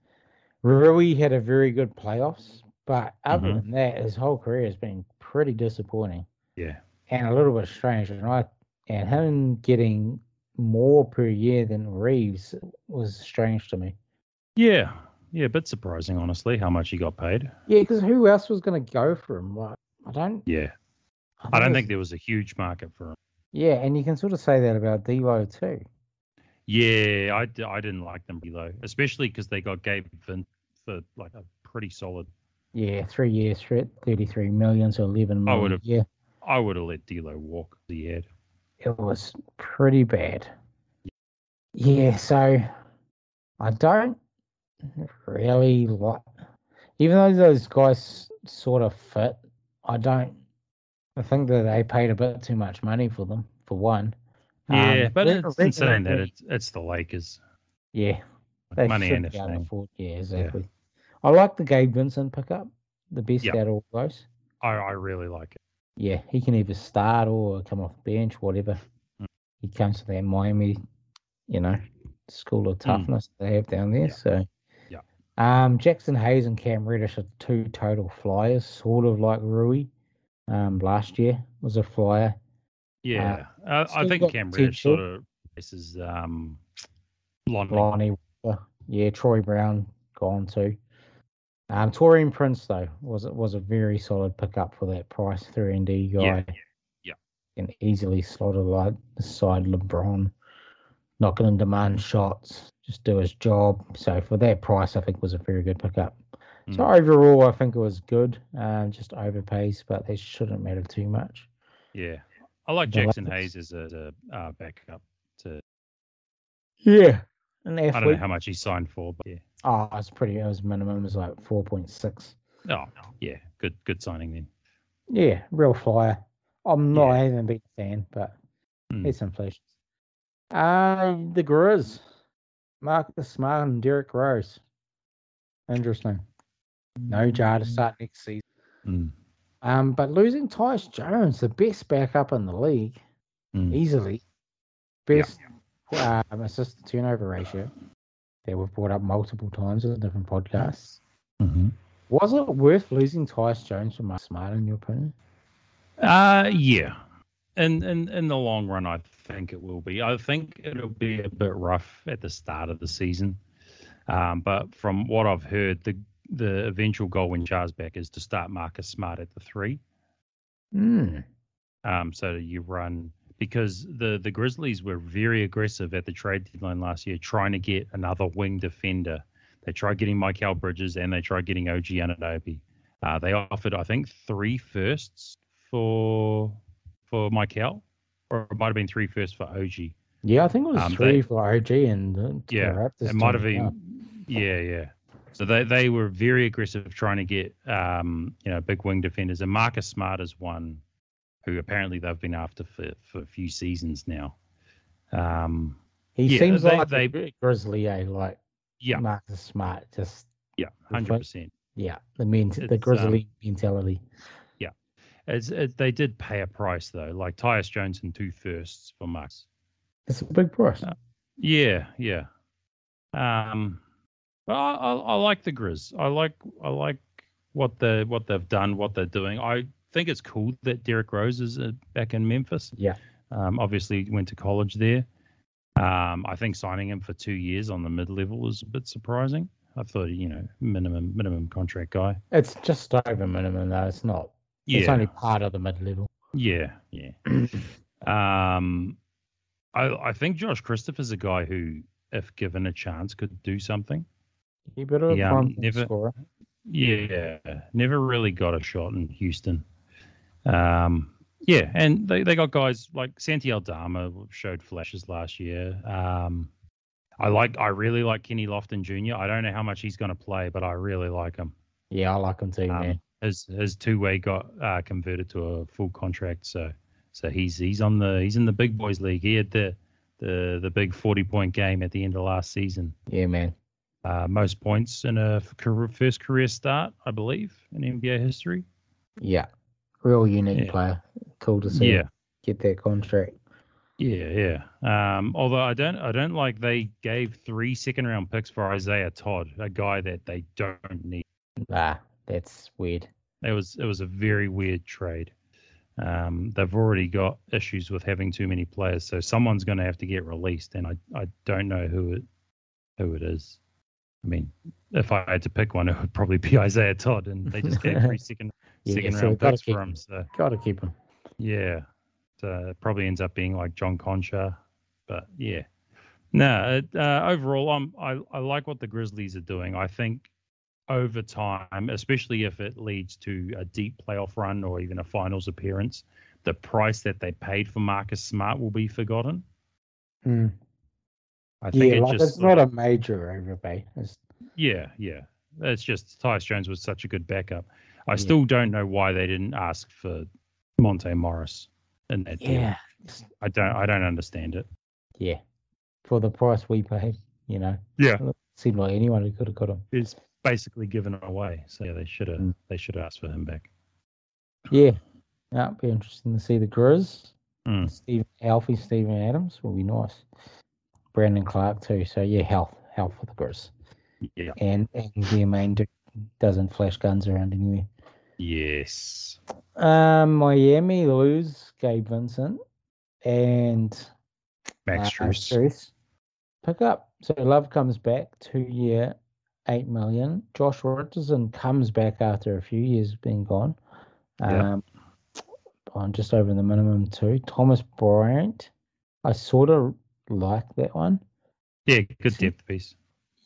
A: Rui had a very good playoffs, but other
B: Mhm.
A: than that, his whole career has been pretty disappointing.
B: Yeah.
A: and a little bit strange. And I and him getting more per year than Reeves was strange to me.
B: Yeah. Yeah, a bit surprising, honestly, how much he got paid.
A: Yeah, because who else was going to go for him? Like, I don't.
B: Yeah. I don't
A: it's-
B: think there was a huge market for him.
A: Yeah, and you can sort of say that about D'Lo too.
B: Yeah, I, d- I didn't like them really though, especially because they got Gabe Vint for like a pretty solid.
A: Yeah, three years, thre- thirty-three million, so eleven
B: I
A: million.
B: would've-
A: Yeah,
B: I would have let D'Lo walk. if He had.
A: it was pretty bad. Yeah, so I don't really like, even though those guys sort of fit, I don't. I think that they paid a bit too much money for them, for one.
B: Yeah,
A: Um,
B: but
A: they-
B: it's
A: they
B: insane that
A: definitely-
B: it's it's the Lakers.
A: Yeah, they
B: Like, money
A: should
B: and
A: be able to
B: everything.
A: afford- Yeah, exactly. I like the Gabe Vincent pickup, the best
B: Yeah.
A: out of all those.
B: I, I really like it.
A: Yeah, he can either start or come off the bench, whatever.
B: Mm.
A: He comes to that Miami, you know, school of toughness they have down there.
B: Mm. Yeah.
A: So,
B: Yeah.
A: Um, Jackson Hayes and Cam Reddish are two total flyers, sort of like Rui. Um, last year was a flyer.
B: Yeah, uh, I
A: still
B: think
A: got
B: Cam Reddish
A: potential.
B: sort of places um, Lonnie.
A: Lonnie, Walker. yeah, Troy Brown gone too. Um, Torian Prince though was was a very solid pickup for that price, three and D guy.
B: Yeah, yeah, yeah.
A: Can easily slot like beside LeBron, not going to demand shots, just do his job. So for that price, I think was a very good pickup. So
B: Mm.
A: overall, I think it was good. Um, just overpays, but they shouldn't matter too much.
B: Yeah, I like
A: Yeah,
B: Jackson
A: that's-
B: Hayes as a, a uh, backup. To
A: Yeah, an athlete.
B: I don't know how much he signed for, but yeah,
A: Oh, it's pretty. It was minimum. It was like four point six.
B: oh yeah, good good signing then.
A: Yeah, real flyer. I'm not.
B: Yeah.
A: I haven't been a fan, but
B: Mm.
A: it's inflation. Uh, the Grizz, Marcus Smart and Derek Rose. Interesting.
B: Hmm.
A: No jar to start next season.
B: Mm.
A: Um, but losing Tyus Jones, the best backup in the league,
B: Mm.
A: easily,
B: Yeah.
A: best um, assist to turnover ratio that we've brought up multiple times in different podcasts.
B: Mhm.
A: Was it worth losing Tyus Jones for Mark Smart in your opinion?
B: Uh yeah. In in in the long run, I think it will be. I think it'll be a bit rough at the start of the season. Um, but from what I've heard, the the eventual goal when Charles back is to start Marcus Smart at the three.
A: Hmm.
B: Um, so that you run because the the Grizzlies were very aggressive at the trade deadline last year, trying to get another wing defender. They tried getting Michael Bridges and they tried getting OG Ananobi. Uh, they offered, I think, three firsts for for Michael, or it might have been three firsts for OG.
A: Yeah, I think it was
B: Um,
A: three
B: they-
A: for OG and uh, to the
B: Yeah,
A: Raptors
B: it might have
A: team.
B: been, yeah, yeah. So they, they were very aggressive trying to get um, you know big wing defenders, and Marcus Smart is one who apparently they've been after for, for a few seasons now. Um,
A: He
B: Yeah,
A: seems
B: they-
A: like
B: they-
A: the Grizzly, eh? Like
B: yeah,
A: Marcus Smart, just
B: yeah, hundred percent.
A: yeah, the ment- the
B: It's, um,
A: Grizzly mentality.
B: It's it, they did pay a price though, like Tyus Jones and two firsts for Marcus.
A: It's a big price.
B: Uh, Yeah, yeah. Um, but I, I, I like the Grizz. I like I like what the what they've done, what they're doing. I think it's cool that Derek Rose is uh, back in Memphis.
A: Yeah.
B: Um, obviously went to college there. Um, I think signing him for two years on the mid level was a bit surprising. I thought you know minimum minimum contract guy.
A: It's just over minimum though. It's not.
B: Yeah.
A: It's only part of the mid level.
B: Yeah, yeah. um, I I think Josh Christopher's a guy who, if given a chance, could do something.
A: You better
B: Yeah,
A: yeah,
B: um,
A: prime
B: never-
A: scorer.
B: Yeah, never really got a shot in Houston. Um, yeah, and they, they got guys like Santi Aldama showed flashes last year. Um, I like I really like Kenny Lofton Jr. I don't know how much he's going to play, but I really like him.
A: Yeah, I like him too, man.
B: Um, his his two way got uh, converted to a full contract, so so he's he's on the he's in the big boys league. He had the the the big forty point game at the end of last season,
A: Yeah, man.
B: uh, most points in a f- career, first career start, I believe, in NBA history.
A: Yeah, real unique
B: Yeah.
A: player. Cool to see.
B: Yeah,
A: him get that contract.
B: yeah, yeah. Um, although I don't I don't like they gave three second round picks for Isaiah Todd, a guy that they don't need.
A: Nah, that's weird.
B: It was it was a very weird trade. Um, they've already got issues with having too many players, so someone's going to have to get released, and I, I don't know who it who it is. I mean, if I had to pick one, it would probably be Isaiah Todd, and they just gave three second
A: Yeah,
B: second
A: so
B: round
A: gotta
B: picks
A: keep
B: for
A: him.
B: him. So
A: Gotta keep him.
B: yeah, so it probably ends up being like John Concha, but yeah. No, it, uh, overall, I'm I, I like what the Grizzlies are doing. I think over time, especially if it leads to a deep playoff run or even a finals appearance, the price that they paid for Marcus Smart will be forgotten.
A: Mm.
B: I think
A: Yeah,
B: it
A: like
B: just
A: it's not a major overpay. It's
B: yeah, yeah. It's just Tyus Jones was such a good backup. I
A: Yeah.
B: still don't know why they didn't ask for Monte Morris in that deal.
A: yeah, it's-
B: I don't I don't understand it.
A: yeah. For the price we pay, you know,
B: Yeah.
A: seemed like anyone who could have got him.
B: It's basically given away. So yeah, they should have
A: Mm.
B: they should have asked for him back.
A: Yeah, that'd be interesting to see the Grizz.
B: Mm.
A: Steve Alfie, Stephen Adams will be nice. Brandon Clark too. So yeah, health, health for the Grizz,
B: Yeah.
A: and and their main dude doesn't flash guns around anywhere.
B: Yes.
A: Um, Miami lose Gabe Vincent and
B: Max
A: uh,
B: Struess.
A: Struess. Pick up. So Love comes back two year, eight million. Josh Richardson comes back after a few years being gone,
B: Yeah.
A: um, on just over the minimum too. Thomas Bryant, I sort of like that one.
B: Yeah, good
A: See?
B: depth piece.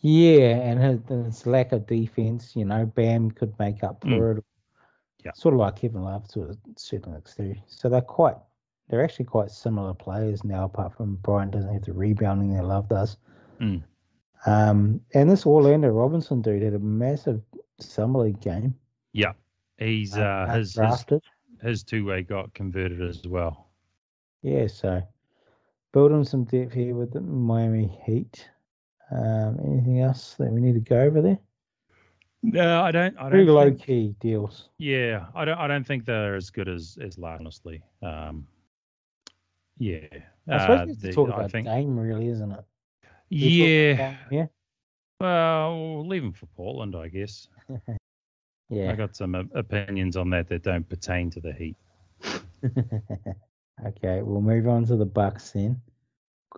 A: Yeah, and his, and his lack of defense, you know, Bam could make up for
B: Mm.
A: it.
B: Yeah.
A: Sort of like Kevin Love to a certain extent. So they're quite, they're actually quite similar players now, apart from Brian doesn't have the rebounding that Love does.
B: Mm.
A: Um, and this Orlando Robinson dude had a massive summer league game.
B: Yeah, he's uh, his his,
A: drafted.
B: his two way got converted as well.
A: Yeah, so building some depth here with the Miami Heat. Um, anything else that we need to go over there?
B: No, Uh, I don't. I
A: Pretty
B: don't.
A: low
B: Think,
A: key deals.
B: yeah, I don't. I don't think they're as good as as last. Honestly, um, yeah.
A: I suppose
B: uh,
A: we have to
B: the-
A: talk
B: I
A: about
B: think-
A: Dame, really, isn't it?
B: Yeah.
A: Yeah.
B: Well, we'll leave him for Portland, I guess. I
A: Yeah.
B: got some uh, opinions on that that don't pertain to the Heat.
A: okay, we'll move on to the Bucks then.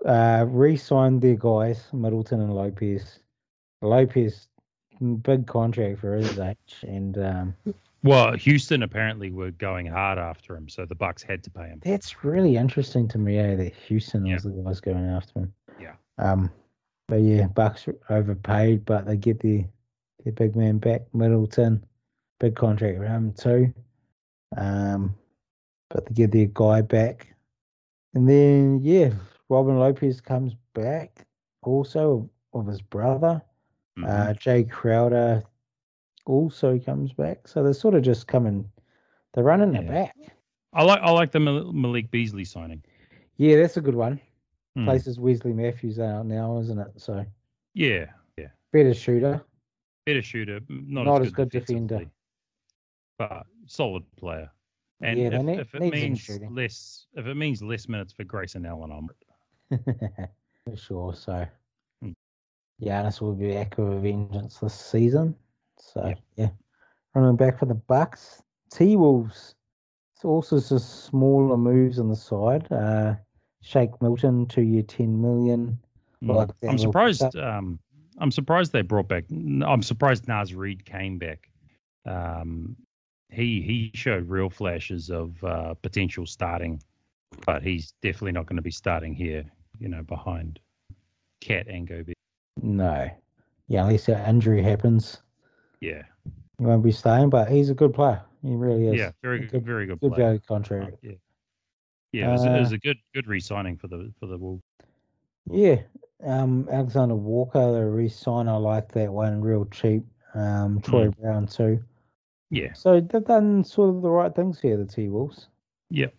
A: Uh, re-signed their guys, Middleton and Lopez. Lopez, mm, big contract for his age, and um,
B: Well, Houston apparently were going hard after him, so the Bucks had to pay him.
A: that's really interesting to me. Eh, that Houston
B: Yeah.
A: was the guys going after him.
B: Yeah.
A: Um, but yeah, Bucks are overpaid, but they get their their big man back, Middleton, big contract for him too. Um, but they get their guy back, and then yeah, Robin Lopez comes back also of his brother.
B: Mhm.
A: Uh, Jay Crowder also comes back, so they're sort of just coming. They're running it
B: Yeah.
A: back.
B: I like I like the Mal- Malik Beasley signing.
A: Yeah, that's a good one.
B: Hmm.
A: Places Wesley Matthews out now, isn't it? So
B: Yeah, yeah.
A: better shooter.
B: Better shooter, m- not,
A: Not
B: as
A: as
B: good,
A: good defender.
B: defensively, but solid player. And
A: Yeah, they
B: if,
A: need-
B: if it
A: need some
B: means
A: shooting.
B: less, if it means less minutes for Grayson Allen, I'm
A: For sure. So
B: Hmm.
A: Giannis will be back with a vengeance this season. So
B: Yep.
A: yeah. Running back for the Bucks. T Wolves. It's also some smaller moves on the side. Uh Shake Milton, two year ten million. Well,
B: Mm.
A: like that
B: I'm
A: little
B: surprised.
A: pickup.
B: Um, I'm surprised they brought back. I'm surprised Nas Reed came back. Um, he he showed real flashes of uh, potential starting, but he's definitely not going to be starting here. You know, behind Cat and Gobi.
A: No. Yeah, unless an injury happens.
B: Yeah,
A: He won't be staying, but he's a good player. He really is.
B: yeah, very
A: He
B: good,
A: could,
B: very good
A: could
B: player. Uh,
A: go contrary.
B: Yeah, yeah, it was, it
A: Uh,
B: was a good good re-signing for the for the Wolves.
A: Yeah. Um, Alexander Walker, the re-sign, I like that one, real cheap. Um, Troy
B: Hmm.
A: Brown too.
B: Yeah,
A: So they've done sort of the right things here, the T Wolves.
B: Yep.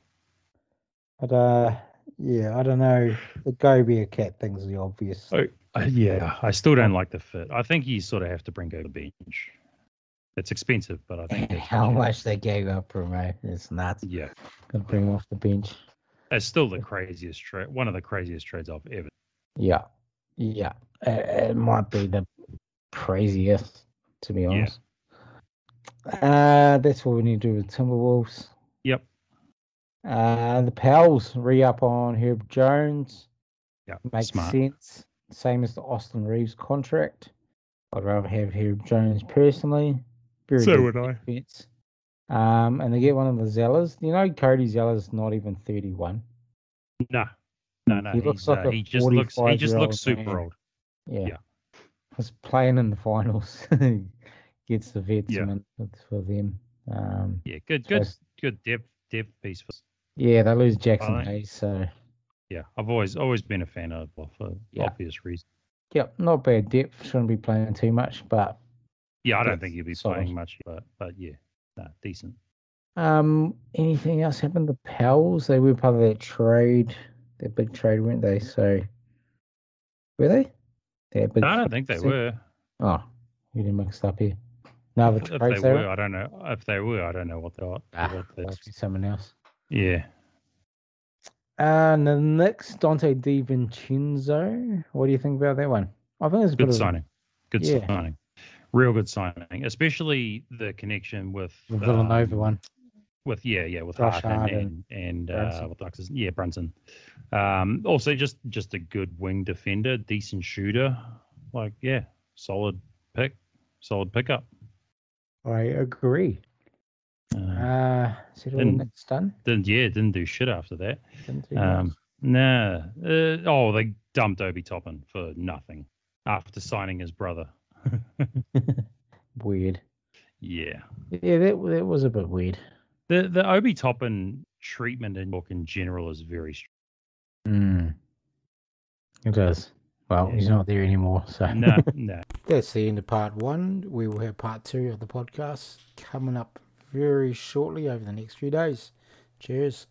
A: But uh, yeah, I don't know. The Gobert cat thing's the obvious.
B: Oh. Uh, yeah. I still don't like the fit. I think you sort of have to bring Gobi to the bench. It's expensive, but I think that's
A: How
B: what you-
A: much they gave up for him, eh? It's nuts.
B: Yeah.
A: Gonna bring him off the bench.
B: It's still the craziest trade, one of the craziest trades I've ever.
A: Yeah, yeah. It, it might be the craziest, to be honest. Uh, that's what we need to do with Timberwolves.
B: Yep.
A: Uh, the Pels re up on Herb Jones.
B: Yeah,
A: Makes
B: smart.
A: sense. Same as the Austin Reeves contract. I'd rather have Herb Jones personally. Very good
B: I.
A: defense. Um, and they get one of the Zellers. You know, Cody Zeller's not even 31.
B: No, no, no.
A: He looks
B: he's,
A: like
B: uh,
A: a
B: he just looks. He just
A: 45-year-old
B: looks super
A: man.
B: old.
A: Yeah.
B: Yeah.
A: Was playing in the finals. Gets the vets
B: Yeah.
A: minutes for them. Um,
B: Yeah, good,
A: So
B: good,
A: it's-
B: good depth, depth piece. For,
A: yeah, they lose Jackson
B: Alright.
A: Hayes, so
B: yeah, I've always, always been a fan of well, for
A: Yeah.
B: obvious reasons.
A: yep, not bad depth. Shouldn't be playing too much, but
B: Yeah, I don't
A: Yes,
B: think he'll be
A: solid.
B: playing much, but but yeah, nah, decent.
A: um, anything else happened? The Pels they were part of that trade, that big trade, weren't they? So were they? That big
B: No, I don't think they
A: trade-
B: were.
A: Oh, you didn't mixed up here. No, the
B: If they
A: trades they
B: were,
A: were.
B: I don't know. If they were, I don't know what they are.
A: Ah,
B: what they-
A: must be someone else.
B: yeah,
A: And the next Dante DiVincenzo. What do you think about that one? I think it's a bit
B: good
A: of a-
B: signing. Good
A: Yeah.
B: signing. Real good signing, especially the connection with
A: the Villanova
B: um,
A: one.
B: with yeah, yeah, with
A: Josh
B: Hart
A: Hart
B: and and, and uh,
A: Brunson.
B: with Oxes, yeah, Brunson. Um, also just just a good wing defender, decent shooter, like yeah, solid pick. Solid pickup.
A: I agree.
B: Uh,
A: Uh, is it all
B: And-
A: that's done?
B: didn't yeah, didn't do shit after that.
A: Didn't do
B: Um,
A: much.
B: nah. Uh, oh, they dumped Obi Toppin for nothing after signing his brother.
A: Weird.
B: Yeah.
A: Yeah, that that was a bit weird.
B: The the Obi Toppin treatment in book in general is very strange.
A: Mm. It does. Well,
B: Yeah.
A: he's not there anymore, so
B: No, no.
C: That's the end of part one. We will have part two of the podcast coming up very shortly over the next few days. Cheers.